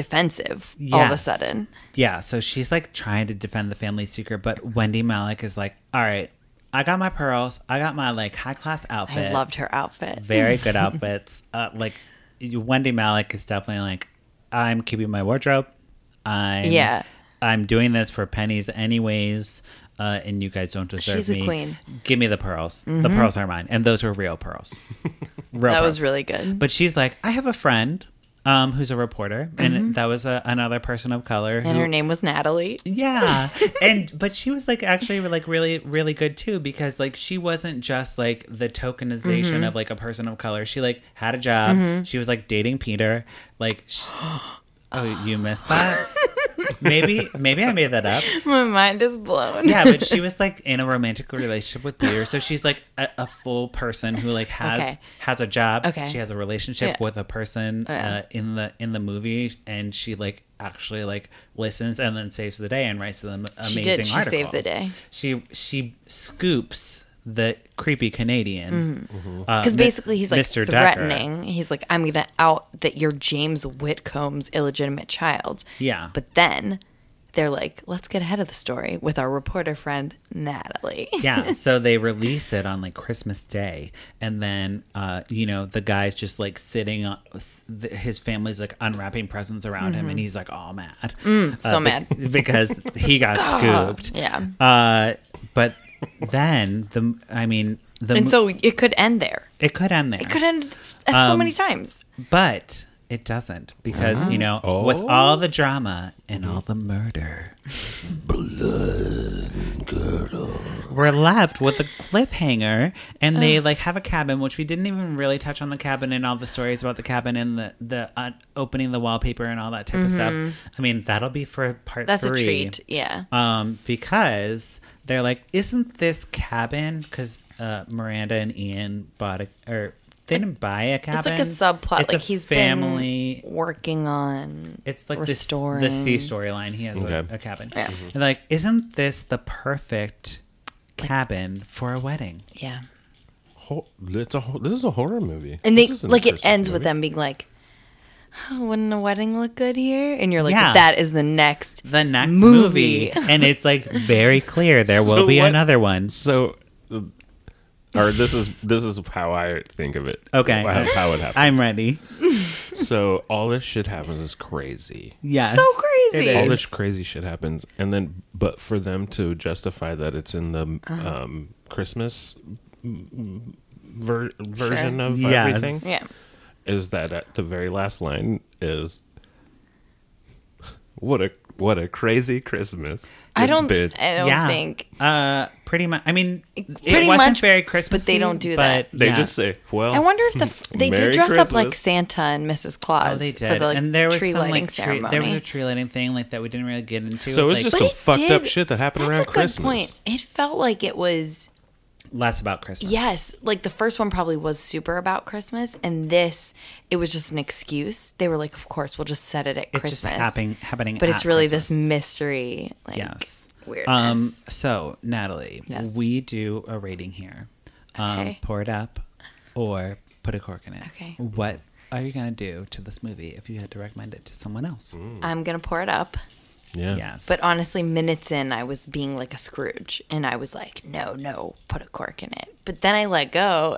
[SPEAKER 2] defensive all of a
[SPEAKER 1] Yes.
[SPEAKER 2] sudden.
[SPEAKER 1] Yeah, so she's like trying to defend the family secret, but Wendy Malik is like, all right, I got my pearls, I got my like high class outfit.
[SPEAKER 2] I loved her outfit.
[SPEAKER 1] very good outfits. Uh, like Wendy Malik is definitely like, I'm keeping my wardrobe. I'm
[SPEAKER 2] Yeah.
[SPEAKER 1] I'm doing this for pennies anyways. Uh, and you guys don't deserve
[SPEAKER 2] She's a
[SPEAKER 1] me.
[SPEAKER 2] queen. Mm-hmm.
[SPEAKER 1] Give me the pearls. The pearls are mine, and those were real pearls. Real
[SPEAKER 2] That
[SPEAKER 1] pearls.
[SPEAKER 2] was really good.
[SPEAKER 1] But she's like, I have a friend um, who's a reporter, and that was a, another person of color.
[SPEAKER 2] Mm-hmm. and
[SPEAKER 1] who-
[SPEAKER 2] her name was Natalie.
[SPEAKER 1] yeah. And but she was like actually like really really good too because like she wasn't just like the tokenization of like a person of color. She like had a job. She was like dating Peter. Like sh Oh, you missed that? maybe maybe I made that up.
[SPEAKER 2] My mind is blown.
[SPEAKER 1] Yeah, but she was like in a romantic relationship with Peter. So she's like a, a full person who like has
[SPEAKER 2] Okay.
[SPEAKER 1] has a job.
[SPEAKER 2] Okay.
[SPEAKER 1] She has a relationship
[SPEAKER 2] Yeah. Oh,
[SPEAKER 1] with a person uh, in the in the movie and she like actually like listens and then saves the day and writes them amazing
[SPEAKER 2] She did. She
[SPEAKER 1] article.
[SPEAKER 2] saved the day.
[SPEAKER 1] She she scoops the creepy Canadian. uh,
[SPEAKER 2] Because
[SPEAKER 1] Mi-
[SPEAKER 2] Mm-hmm. basically he's like
[SPEAKER 1] Mr. Decker.
[SPEAKER 2] threatening. He's like, I'm gonna out that you're James Whitcomb's illegitimate child.
[SPEAKER 1] Yeah.
[SPEAKER 2] But then they're like, let's get ahead of the story with our reporter friend Natalie.
[SPEAKER 1] yeah so they release it on like christmas day and then uh you know the guy's just like sitting on s- th- his family's like unwrapping presents around
[SPEAKER 2] Mm-hmm.
[SPEAKER 1] him and he's like all mad
[SPEAKER 2] so
[SPEAKER 1] Uh, be-
[SPEAKER 2] mad.
[SPEAKER 1] because he got scooped
[SPEAKER 2] Uh-huh, Yeah.
[SPEAKER 1] uh but then the i mean the
[SPEAKER 2] And
[SPEAKER 1] mo-
[SPEAKER 2] so it could end there.
[SPEAKER 1] it could end there Um,
[SPEAKER 2] It could end s- at so many times.
[SPEAKER 1] but it doesn't because you know with all the drama and all the murder we're left with a cliffhanger and they like have a cabin which we didn't even really touch on the cabin and all the stories about the cabin and the the uh, opening the wallpaper and all that type of stuff i mean that'll be for part
[SPEAKER 2] Mm-hmm. That's
[SPEAKER 1] three
[SPEAKER 2] a treat. Yeah.
[SPEAKER 1] um, because they're like, isn't this cabin? Because uh, Miranda and Ian bought a or they didn't buy a
[SPEAKER 2] It's
[SPEAKER 1] cabin.
[SPEAKER 2] like a subplot.
[SPEAKER 1] It's
[SPEAKER 2] like
[SPEAKER 1] a
[SPEAKER 2] he's
[SPEAKER 1] family.
[SPEAKER 2] been working on
[SPEAKER 1] it's like this the
[SPEAKER 2] restoring-
[SPEAKER 1] C storyline. He has a-
[SPEAKER 3] Okay. Mm-hmm.
[SPEAKER 1] a, cabin.
[SPEAKER 2] Yeah.
[SPEAKER 1] And like, isn't this the perfect cabin for a wedding?
[SPEAKER 2] yeah.
[SPEAKER 3] Ho- It's a, ho- this is a horror movie.
[SPEAKER 2] And they
[SPEAKER 3] This is an
[SPEAKER 2] like it
[SPEAKER 3] interesting
[SPEAKER 2] ends with
[SPEAKER 3] movie.
[SPEAKER 2] them being like, oh, "Wouldn't a wedding look good here?" And you're like,
[SPEAKER 1] Yeah.
[SPEAKER 2] "That is the next."
[SPEAKER 1] The next movie,
[SPEAKER 2] Movie.
[SPEAKER 1] and it's like very clear there will
[SPEAKER 3] So
[SPEAKER 1] be
[SPEAKER 3] what-
[SPEAKER 1] another one.
[SPEAKER 3] So, uh, or this is this is how I think of it.
[SPEAKER 1] Okay.
[SPEAKER 3] how, how it happens.
[SPEAKER 1] I'm ready.
[SPEAKER 3] so all this shit happens is crazy.
[SPEAKER 1] Yes,
[SPEAKER 2] So crazy.
[SPEAKER 1] it
[SPEAKER 3] All
[SPEAKER 1] is.
[SPEAKER 3] this crazy shit happens, and then but for them to justify that it's in the
[SPEAKER 2] Uh-huh.
[SPEAKER 3] um, Christmas mm, mm, ver- version of
[SPEAKER 1] Yes.
[SPEAKER 3] everything
[SPEAKER 2] Yeah,
[SPEAKER 3] is that at the very last line is what a what a crazy Christmas
[SPEAKER 2] I
[SPEAKER 3] it's
[SPEAKER 2] don't.
[SPEAKER 3] been."
[SPEAKER 2] I don't think.
[SPEAKER 1] Uh, pretty much. I mean, it
[SPEAKER 2] pretty
[SPEAKER 1] wasn't
[SPEAKER 2] much,
[SPEAKER 1] very Christmas,
[SPEAKER 2] don't do
[SPEAKER 1] but
[SPEAKER 2] that.
[SPEAKER 3] They
[SPEAKER 1] yeah.
[SPEAKER 3] just say, "Well,
[SPEAKER 2] I wonder if the f- they
[SPEAKER 3] Merry
[SPEAKER 2] did dress up like
[SPEAKER 3] Christmas.
[SPEAKER 2] Santa and Mrs. Claus
[SPEAKER 1] Oh, they
[SPEAKER 2] for
[SPEAKER 1] did,
[SPEAKER 2] the like,
[SPEAKER 1] and there was
[SPEAKER 2] tree
[SPEAKER 1] some
[SPEAKER 2] lighting
[SPEAKER 1] like tree,
[SPEAKER 2] ceremony.
[SPEAKER 1] there was a tree lighting thing like that we didn't really get into.
[SPEAKER 3] So it was
[SPEAKER 1] like,
[SPEAKER 3] just- some
[SPEAKER 2] it
[SPEAKER 3] fucked up shit that happened around
[SPEAKER 2] a good
[SPEAKER 3] Christmas.
[SPEAKER 2] It felt like it was
[SPEAKER 1] less about Christmas.
[SPEAKER 2] Yes, like the first one probably was super about Christmas, and this it was just an excuse. They were like, "Of course, we'll just set it at
[SPEAKER 1] It's just
[SPEAKER 2] Christmas."
[SPEAKER 1] happening happening.
[SPEAKER 2] but it's really
[SPEAKER 1] this.
[SPEAKER 2] this mystery, like
[SPEAKER 1] Yes.
[SPEAKER 2] weirdness.
[SPEAKER 1] Um, so, Natalie,
[SPEAKER 2] Yes.
[SPEAKER 1] we do a rating here. Um,
[SPEAKER 2] Okay.
[SPEAKER 1] Pour it up or put a cork in it.
[SPEAKER 2] Okay.
[SPEAKER 1] What are you going to do to this movie if you had to recommend it to someone else?
[SPEAKER 3] Mm.
[SPEAKER 2] "Hmm, I'm gonna pour it up.
[SPEAKER 3] Yeah.
[SPEAKER 1] Yes.
[SPEAKER 2] But honestly, minutes in, I was being like a Scrooge, and I was like, "No, no, put a cork in it." But then I let go,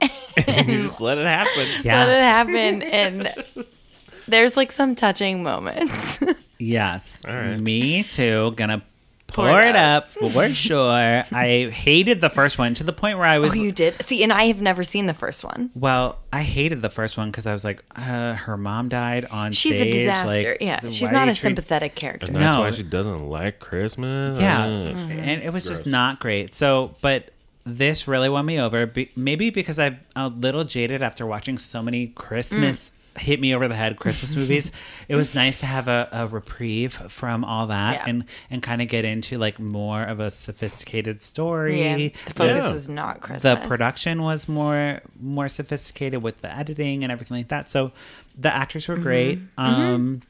[SPEAKER 3] you just let it happen.
[SPEAKER 2] let it
[SPEAKER 1] yeah.
[SPEAKER 2] happen, and there's like some touching moments.
[SPEAKER 1] Yes.
[SPEAKER 3] All right.
[SPEAKER 1] Me too. Gonna pour,
[SPEAKER 2] Pour it
[SPEAKER 1] it up for sure. I hated the first one to the point where I was
[SPEAKER 2] oh, you did see, and I have never seen the first one.
[SPEAKER 1] Well, I hated the first one because I was like, uh, her mom died on
[SPEAKER 2] She's
[SPEAKER 1] stage.
[SPEAKER 2] a disaster.
[SPEAKER 1] like,
[SPEAKER 2] yeah,
[SPEAKER 1] th-
[SPEAKER 2] she's
[SPEAKER 1] why do
[SPEAKER 2] not a
[SPEAKER 1] you treat-
[SPEAKER 2] sympathetic character.
[SPEAKER 3] And that's
[SPEAKER 1] No.
[SPEAKER 3] why she doesn't like Christmas.
[SPEAKER 1] Yeah,
[SPEAKER 3] Uh,
[SPEAKER 2] Mm. Mm-hmm.
[SPEAKER 1] and it was just
[SPEAKER 3] Gross.
[SPEAKER 1] not great. So, but this really won me over. Be- maybe because I'm a little jaded after watching so many Christmas
[SPEAKER 2] Mm.
[SPEAKER 1] hit me over the head Christmas movies. It was nice to have a, a reprieve from all that
[SPEAKER 2] Yeah.
[SPEAKER 1] and and kind of get into like more of a sophisticated story.
[SPEAKER 2] Yeah, the focus
[SPEAKER 3] Yeah.
[SPEAKER 2] was not Christmas.
[SPEAKER 1] The production was more more sophisticated with the editing and everything like that. So the actors
[SPEAKER 2] Mm-hmm.
[SPEAKER 1] were great. Um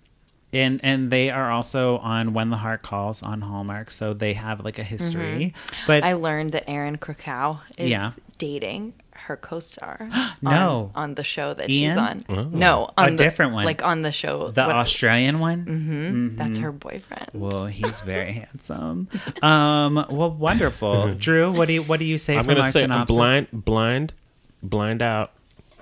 [SPEAKER 1] and and they are also on When the Heart Calls on Hallmark, so they have like a history. But
[SPEAKER 2] Mm-hmm. I learned that Aaron Krakow is
[SPEAKER 1] Yeah.
[SPEAKER 2] dating her co-star.
[SPEAKER 1] No.
[SPEAKER 2] on, on the show that
[SPEAKER 1] Ian?
[SPEAKER 2] she's on.
[SPEAKER 4] Oh.
[SPEAKER 2] No, on
[SPEAKER 1] A
[SPEAKER 2] the-
[SPEAKER 1] different one.
[SPEAKER 2] Like on the show,
[SPEAKER 1] the
[SPEAKER 2] what-
[SPEAKER 1] Australian one,
[SPEAKER 2] Mm-hmm. that's her boyfriend.
[SPEAKER 1] well, he's very handsome. Um, well, wonderful, Drew. What do you what do you say
[SPEAKER 3] I'm
[SPEAKER 1] from
[SPEAKER 3] gonna
[SPEAKER 1] our
[SPEAKER 3] say I'm
[SPEAKER 1] synopsis?
[SPEAKER 3] blind, blind, blind out.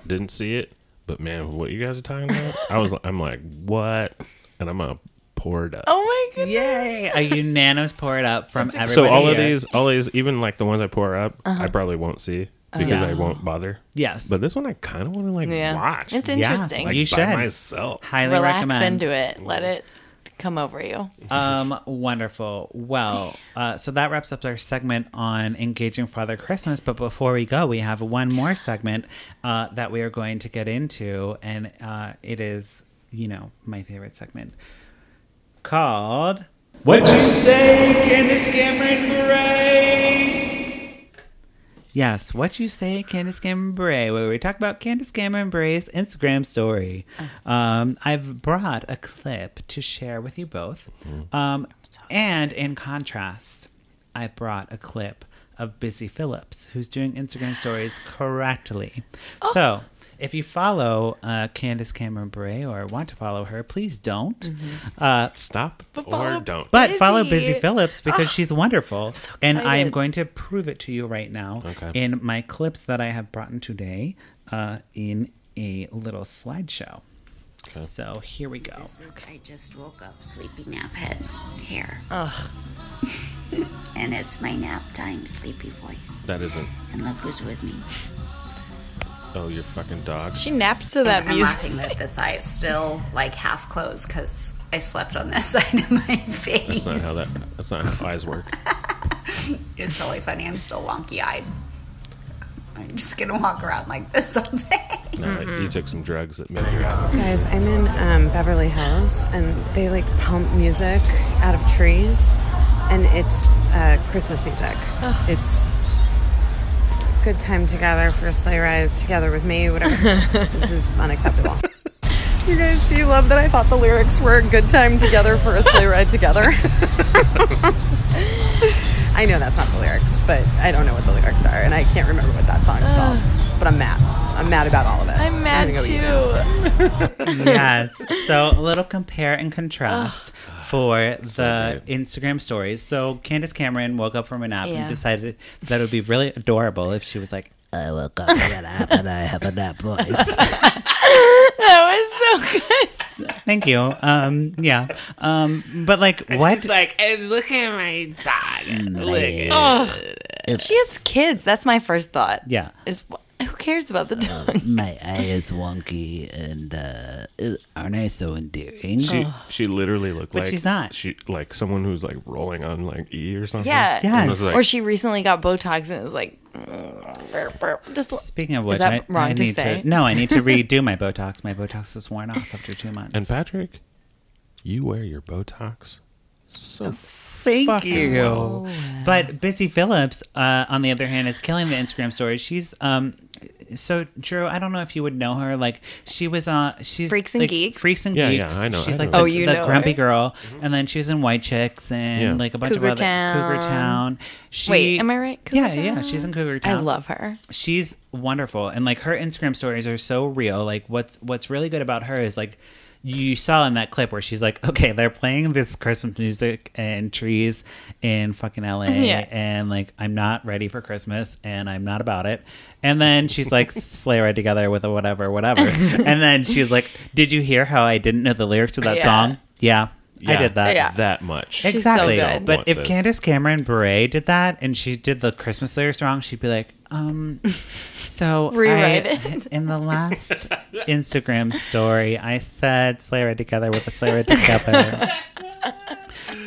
[SPEAKER 3] Didn't see it, but man, what you guys are talking about, I was, I'm like, what? And I'm gonna pour it up.
[SPEAKER 2] oh my goodness!
[SPEAKER 1] Yay! A unanimous pour it up from everybody.
[SPEAKER 3] so all of
[SPEAKER 1] here.
[SPEAKER 3] these, all these, even like the ones I pour up,
[SPEAKER 2] Uh-huh.
[SPEAKER 3] I probably won't see because
[SPEAKER 1] Yeah.
[SPEAKER 3] I won't bother.
[SPEAKER 1] yes,
[SPEAKER 3] But this one, I kind of want to like
[SPEAKER 2] Oh, Yeah,
[SPEAKER 3] watch.
[SPEAKER 2] it's
[SPEAKER 1] Yeah.
[SPEAKER 2] interesting.
[SPEAKER 3] like,
[SPEAKER 1] You
[SPEAKER 3] by
[SPEAKER 1] should.
[SPEAKER 3] myself.
[SPEAKER 1] highly
[SPEAKER 2] Relax
[SPEAKER 1] recommend.
[SPEAKER 2] into it. Let it come over you.
[SPEAKER 1] Um, wonderful. Well, uh, so that wraps up our segment on engaging Father Christmas. But before we go, we have one more segment uh, that we are going to get into, and uh, it is, you know, my favorite segment called "What You Say, Candace Cameron Bray." Yes, what you say, Candace Cameron Bray, where we talk about Candace Cameron Bray's Instagram story. Um, I've brought a clip to share with you both. Um, and in contrast, I brought a clip of Busy Phillips, who's doing Instagram stories correctly. So if you follow uh, Candace Cameron Bray or want to follow her, please don't. Uh,
[SPEAKER 3] Stop
[SPEAKER 2] follow-
[SPEAKER 3] or don't.
[SPEAKER 1] but follow Busy
[SPEAKER 2] Busy.
[SPEAKER 1] Phillips because she's wonderful.
[SPEAKER 2] so
[SPEAKER 1] and I am
[SPEAKER 2] excited.
[SPEAKER 1] going to prove it to you right now
[SPEAKER 3] Okay.
[SPEAKER 1] in my clips that I have brought in today uh, in a little slideshow. So here we go.
[SPEAKER 5] This is, I just woke up, sleepy nap head hair. Ugh. and it's my nap time, sleepy voice.
[SPEAKER 3] that isn't.
[SPEAKER 5] And look who's with me.
[SPEAKER 3] Oh, your fucking dog.
[SPEAKER 2] She naps to that
[SPEAKER 4] I'm
[SPEAKER 2] music.
[SPEAKER 4] laughing that this eye is still like half closed because I slept on this side of my face.
[SPEAKER 3] That's not how that. That's not how eyes work.
[SPEAKER 4] It's totally funny. I'm still wonky eyed. I'm just gonna walk around like this all day.
[SPEAKER 3] No, like, you took some drugs that made your eye.
[SPEAKER 6] Guys, I'm in um, Beverly Hills, and they like pump music out of trees, and it's uh, Christmas music. It's good time together for a sleigh ride together with me. Whatever. this is unacceptable. You guys, do you love that I thought the lyrics were "Good time together for a sleigh ride together"? I know that's not the lyrics, but I don't know what the lyrics are, and I can't remember what that song is called. But I'm mad. I'm mad about all of it.
[SPEAKER 2] I'm mad
[SPEAKER 6] gonna go eat it.
[SPEAKER 2] too.
[SPEAKER 1] yes. So a little compare and contrast for the
[SPEAKER 3] so
[SPEAKER 1] Instagram stories. So Candace Cameron woke up from a nap
[SPEAKER 2] Yeah.
[SPEAKER 1] and decided that it would be really adorable if she was like, I woke up from a nap and I have a nap voice.
[SPEAKER 2] That was so good.
[SPEAKER 1] Thank you. Um, yeah. Um, but like, what?
[SPEAKER 7] like, and look at my dog. Look at
[SPEAKER 2] She has kids. That's my first thought.
[SPEAKER 1] Yeah.
[SPEAKER 2] Is who cares about the dog?
[SPEAKER 7] my eye is wonky, and uh, aren't I so endearing?
[SPEAKER 3] She she literally looked
[SPEAKER 1] But
[SPEAKER 3] like
[SPEAKER 1] she's not.
[SPEAKER 3] She like someone who's like rolling on like E or something.
[SPEAKER 2] Yeah.
[SPEAKER 1] Yeah.
[SPEAKER 3] And it was like,
[SPEAKER 2] Or she recently got Botox and it was like. mm, burp, burp. This one-
[SPEAKER 1] Speaking of which,
[SPEAKER 2] that
[SPEAKER 1] I,
[SPEAKER 2] wrong
[SPEAKER 1] I
[SPEAKER 2] to
[SPEAKER 1] need
[SPEAKER 2] say?
[SPEAKER 1] to. No, I need to redo my Botox. My Botox is worn off after two months.
[SPEAKER 3] and Patrick, you wear your Botox so
[SPEAKER 1] Thank you.
[SPEAKER 3] fucking well.
[SPEAKER 1] But Busy Phillips, uh, on the other hand, is killing the Instagram stories. She's um, so Drew. I don't know if you would know her. Like she was on. she's
[SPEAKER 2] Freaks and
[SPEAKER 1] like,
[SPEAKER 2] Geeks?
[SPEAKER 1] Freaks and
[SPEAKER 3] Yeah, yeah,
[SPEAKER 1] Geeks.
[SPEAKER 3] I know,
[SPEAKER 1] She's
[SPEAKER 3] I
[SPEAKER 1] like
[SPEAKER 3] know.
[SPEAKER 1] the,
[SPEAKER 2] Oh, you
[SPEAKER 1] the
[SPEAKER 2] know
[SPEAKER 1] grumpy
[SPEAKER 2] her. Mm-hmm.
[SPEAKER 1] girl, and then she was in White Chicks and
[SPEAKER 3] Yeah.
[SPEAKER 1] like a bunch
[SPEAKER 2] Cougar
[SPEAKER 1] of other Cougar
[SPEAKER 2] Town.
[SPEAKER 1] Town. She,
[SPEAKER 2] Wait, am I right? Cougar
[SPEAKER 1] yeah, yeah.
[SPEAKER 2] Town?
[SPEAKER 1] She's in Cougar
[SPEAKER 2] I
[SPEAKER 1] Town
[SPEAKER 2] love her.
[SPEAKER 1] she's wonderful and like her instagram stories are so real like what's what's really good about her is like you saw in that clip where she's like okay they're playing this christmas music and trees in fucking la
[SPEAKER 2] Yeah.
[SPEAKER 1] and like i'm not ready for christmas and i'm not about it and then she's like slay right together with a whatever whatever and then she's like did you hear how i didn't know the lyrics to that
[SPEAKER 2] Yeah.
[SPEAKER 1] song yeah, i
[SPEAKER 3] Yeah,
[SPEAKER 1] did that
[SPEAKER 2] Yeah.
[SPEAKER 3] That much.
[SPEAKER 2] She's so
[SPEAKER 1] Exactly.
[SPEAKER 2] good.
[SPEAKER 1] But
[SPEAKER 3] want
[SPEAKER 1] if
[SPEAKER 3] this.
[SPEAKER 1] Candace Cameron Bure did that and she did the Christmas lyrics wrong, she'd be like, um, so
[SPEAKER 2] Rewrite
[SPEAKER 1] I-
[SPEAKER 2] it.
[SPEAKER 1] in the last Instagram story, I said Slayer It together with a Slayer It together.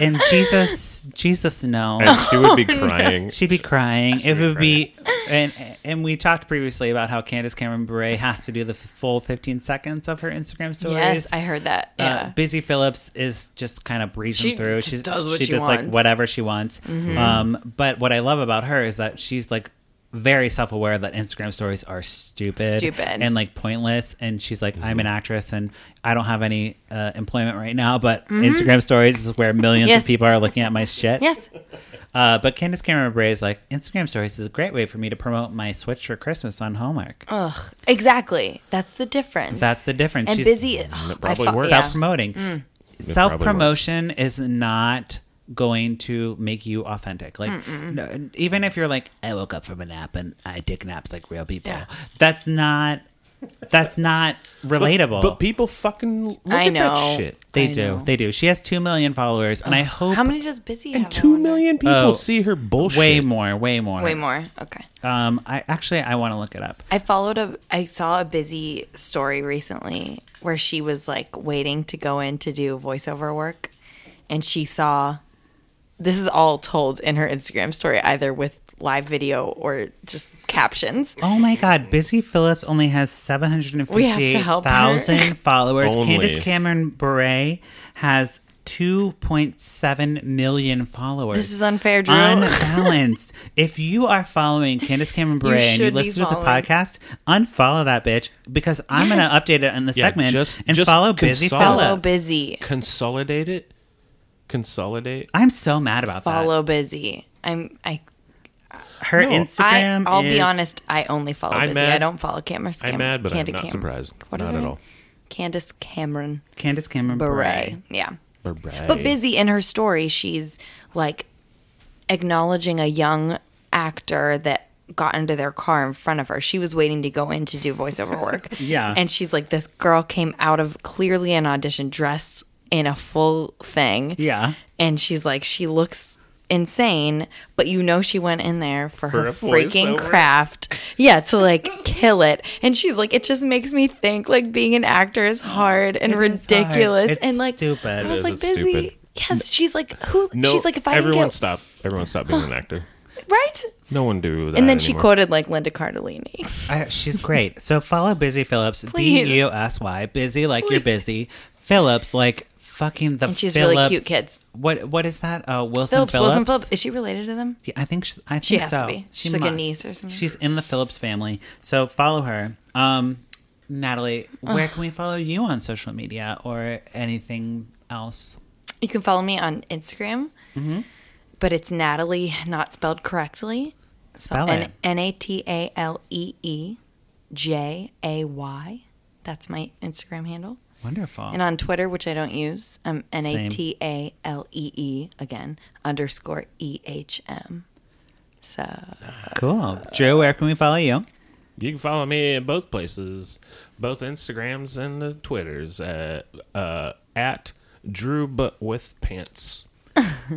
[SPEAKER 1] and Jesus, Jesus, Oh, no.
[SPEAKER 3] And she would be crying.
[SPEAKER 1] She'd be crying. it would be, and and we talked previously about how Candace Cameron Bure has to do the f- full 15 seconds of her Instagram stories.
[SPEAKER 2] Yes, I heard that. Yeah.
[SPEAKER 1] Uh, Busy Phillips is just kind of breezing
[SPEAKER 2] She
[SPEAKER 1] through.
[SPEAKER 2] just
[SPEAKER 1] She's,
[SPEAKER 2] does what
[SPEAKER 1] she
[SPEAKER 2] she
[SPEAKER 1] does like
[SPEAKER 2] wants. Mm-hmm.
[SPEAKER 1] whatever she wants. Um, but what I love about her is that she's like very self-aware that Instagram stories are stupid,
[SPEAKER 2] Stupid.
[SPEAKER 1] and like pointless. And she's like, I'm an actress, and I don't have any uh, employment right now, but Instagram stories is where millions
[SPEAKER 2] Mm-hmm. Yes.
[SPEAKER 1] of people are looking at my shit.
[SPEAKER 2] yes.
[SPEAKER 1] Uh, but Candace Cameron Bray is like, Instagram stories is a great way for me to promote my switch for Christmas on Hallmark.
[SPEAKER 2] Ugh. Exactly. That's the difference.
[SPEAKER 1] That's the difference.
[SPEAKER 2] Oh, And
[SPEAKER 1] She's-
[SPEAKER 2] busy. Ugh, I
[SPEAKER 3] probably
[SPEAKER 2] fu-
[SPEAKER 3] works.
[SPEAKER 1] self
[SPEAKER 2] yeah. Mm.
[SPEAKER 1] promoting. Self promotion is not going to make you authentic. Like, no, even if you're like,
[SPEAKER 7] I woke up from a nap and I take naps like real people.
[SPEAKER 2] Yeah.
[SPEAKER 1] that's not, that's not relatable.
[SPEAKER 3] But people fucking look
[SPEAKER 2] I
[SPEAKER 3] at
[SPEAKER 2] know.
[SPEAKER 3] that shit.
[SPEAKER 1] they
[SPEAKER 2] I
[SPEAKER 1] do,
[SPEAKER 2] know. Oh,
[SPEAKER 1] they do. She has two million followers, and I hope
[SPEAKER 2] How many does busy have? I
[SPEAKER 3] Two
[SPEAKER 2] wonder?
[SPEAKER 3] million people
[SPEAKER 1] Oh,
[SPEAKER 3] see her bullshit.
[SPEAKER 1] way more, way more,
[SPEAKER 2] Way more. Okay.
[SPEAKER 1] Um, I actually I want to look it up.
[SPEAKER 2] I followed a I saw a busy story recently where she was like waiting to go in to do voiceover work and she saw this is all told in her Instagram story either with live video or just captions.
[SPEAKER 1] Oh my God, Busy Phillips only has
[SPEAKER 2] help her.
[SPEAKER 1] 758,000 followers.
[SPEAKER 3] Only.
[SPEAKER 1] Candace Cameron Bure has 2.7 million followers.
[SPEAKER 2] This is unfair, Drew.
[SPEAKER 1] Unbalanced. if you are following Candace Cameron Bure and you
[SPEAKER 2] should be
[SPEAKER 1] listen to the
[SPEAKER 2] following.
[SPEAKER 1] podcast, unfollow that bitch because I'm going
[SPEAKER 2] Yes.
[SPEAKER 1] to update it in the
[SPEAKER 3] Yeah,
[SPEAKER 1] segment
[SPEAKER 3] just-
[SPEAKER 1] and
[SPEAKER 3] just
[SPEAKER 1] follow Busy
[SPEAKER 3] consult.
[SPEAKER 1] Phillips.
[SPEAKER 2] Follow busy.
[SPEAKER 3] Consolidate it. Consolidate.
[SPEAKER 1] I'm so mad about
[SPEAKER 2] Follow busy. I'm I
[SPEAKER 1] that. Her
[SPEAKER 3] No.
[SPEAKER 2] I,
[SPEAKER 1] Instagram
[SPEAKER 2] I'll be
[SPEAKER 1] is-
[SPEAKER 2] honest. I only follow
[SPEAKER 3] I'm
[SPEAKER 2] Busy.
[SPEAKER 3] mad-
[SPEAKER 2] I don't follow camera. Scam,
[SPEAKER 3] I'm mad, but I'm
[SPEAKER 2] Candi
[SPEAKER 3] not
[SPEAKER 2] Cam-
[SPEAKER 3] surprised.
[SPEAKER 2] What is
[SPEAKER 3] Not
[SPEAKER 2] her
[SPEAKER 3] at
[SPEAKER 2] name?
[SPEAKER 3] all.
[SPEAKER 2] Candace Cameron
[SPEAKER 1] Candace Cameron Bure.
[SPEAKER 2] Bure. Yeah.
[SPEAKER 3] Hooray.
[SPEAKER 2] But busy in her story, she's like acknowledging a young actor that got into their car in front of her. She was waiting to go in to do voiceover work.
[SPEAKER 1] Yeah.
[SPEAKER 2] And she's like, this girl came out of clearly an audition dressed in a full thing.
[SPEAKER 1] Yeah.
[SPEAKER 2] And she's like, she looks insane, but you know she went in there for,
[SPEAKER 3] For
[SPEAKER 2] her
[SPEAKER 3] a
[SPEAKER 2] freaking
[SPEAKER 3] voiceover.
[SPEAKER 2] craft. Yeah, to like kill it. And she's like, it just makes me think like being an actor is hard and
[SPEAKER 1] It is hard.
[SPEAKER 2] ridiculous
[SPEAKER 1] It's
[SPEAKER 2] and like
[SPEAKER 1] stupid.
[SPEAKER 2] I was like
[SPEAKER 3] it's
[SPEAKER 2] busy.
[SPEAKER 3] stupid.
[SPEAKER 2] Yes, she's like who?
[SPEAKER 3] no,
[SPEAKER 2] she's like if I
[SPEAKER 3] everyone
[SPEAKER 2] didn't get
[SPEAKER 3] stop. Everyone stop being an actor.
[SPEAKER 2] right,
[SPEAKER 3] No one do that.
[SPEAKER 2] and then she
[SPEAKER 3] anymore.
[SPEAKER 2] quoted like Linda Cardellini.
[SPEAKER 1] I, she's great. So follow Busy Phillips. B
[SPEAKER 2] Please.
[SPEAKER 1] U S Y. Busy like you're busy. Phillips like fucking the.
[SPEAKER 2] And she's
[SPEAKER 1] Phillips.
[SPEAKER 2] really cute kids.
[SPEAKER 1] What what is that? Uh, Wilson
[SPEAKER 2] Phillips,
[SPEAKER 1] Phillips.
[SPEAKER 2] Wilson Phillips. Is she related to them?
[SPEAKER 1] Yeah, I think she, I think
[SPEAKER 2] She has
[SPEAKER 1] so.
[SPEAKER 2] to be. She's like a niece or something.
[SPEAKER 1] She's in the Phillips family. So follow her. Um, Natalie, where can we follow you on social media or anything else?
[SPEAKER 2] You can follow me on Instagram,
[SPEAKER 1] Mm-hmm.
[SPEAKER 2] but it's Natalie, not spelled correctly. So
[SPEAKER 1] Spell it.
[SPEAKER 2] N A T A L E E J A Y. That's my Instagram handle.
[SPEAKER 1] Wonderful.
[SPEAKER 2] And on Twitter, which I don't use, I'm N
[SPEAKER 1] Same.
[SPEAKER 2] A T A L E E again underscore E H M. So
[SPEAKER 1] cool. Drew, where can we follow you?
[SPEAKER 3] You can follow me in both places, both Instagrams and the Twitters at uh, at Drew but with pants.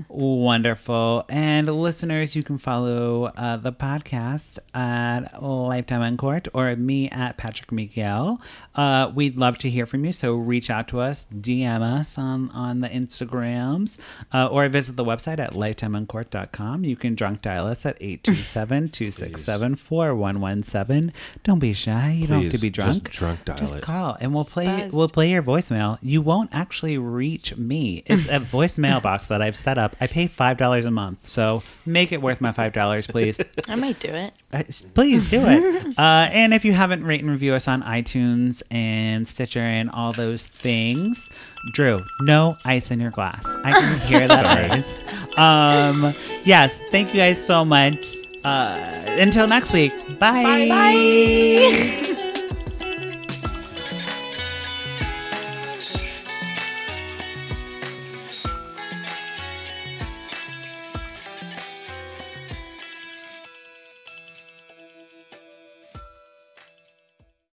[SPEAKER 1] Wonderful. And listeners, you can follow uh, the podcast at Lifetime on Court or me at Patrick Miguel. Uh, we'd love to hear from you, so reach out to us, DM us on, on the Instagrams, uh, or visit the website at lifetimeoncourt.com. You can drunk dial us at 827 267 4117. Don't be shy. You don't have to
[SPEAKER 3] Please,
[SPEAKER 1] be drunk.
[SPEAKER 3] just drunk dial
[SPEAKER 1] Just
[SPEAKER 3] it.
[SPEAKER 1] call Oh, and we'll play
[SPEAKER 2] buzzed.
[SPEAKER 1] we'll play your voicemail. You won't actually reach me. It's a voicemail box that I I've set up. I pay $5 a month. So make it worth my $5, please.
[SPEAKER 2] I might do it.
[SPEAKER 1] Uh, please do it. uh, and if you haven't, rate and review us on iTunes and Stitcher and all those things. Drew, no ice in your glass. I can hear that ice. Um, yes, thank you guys so much. Uh, until next week. Bye. Bye.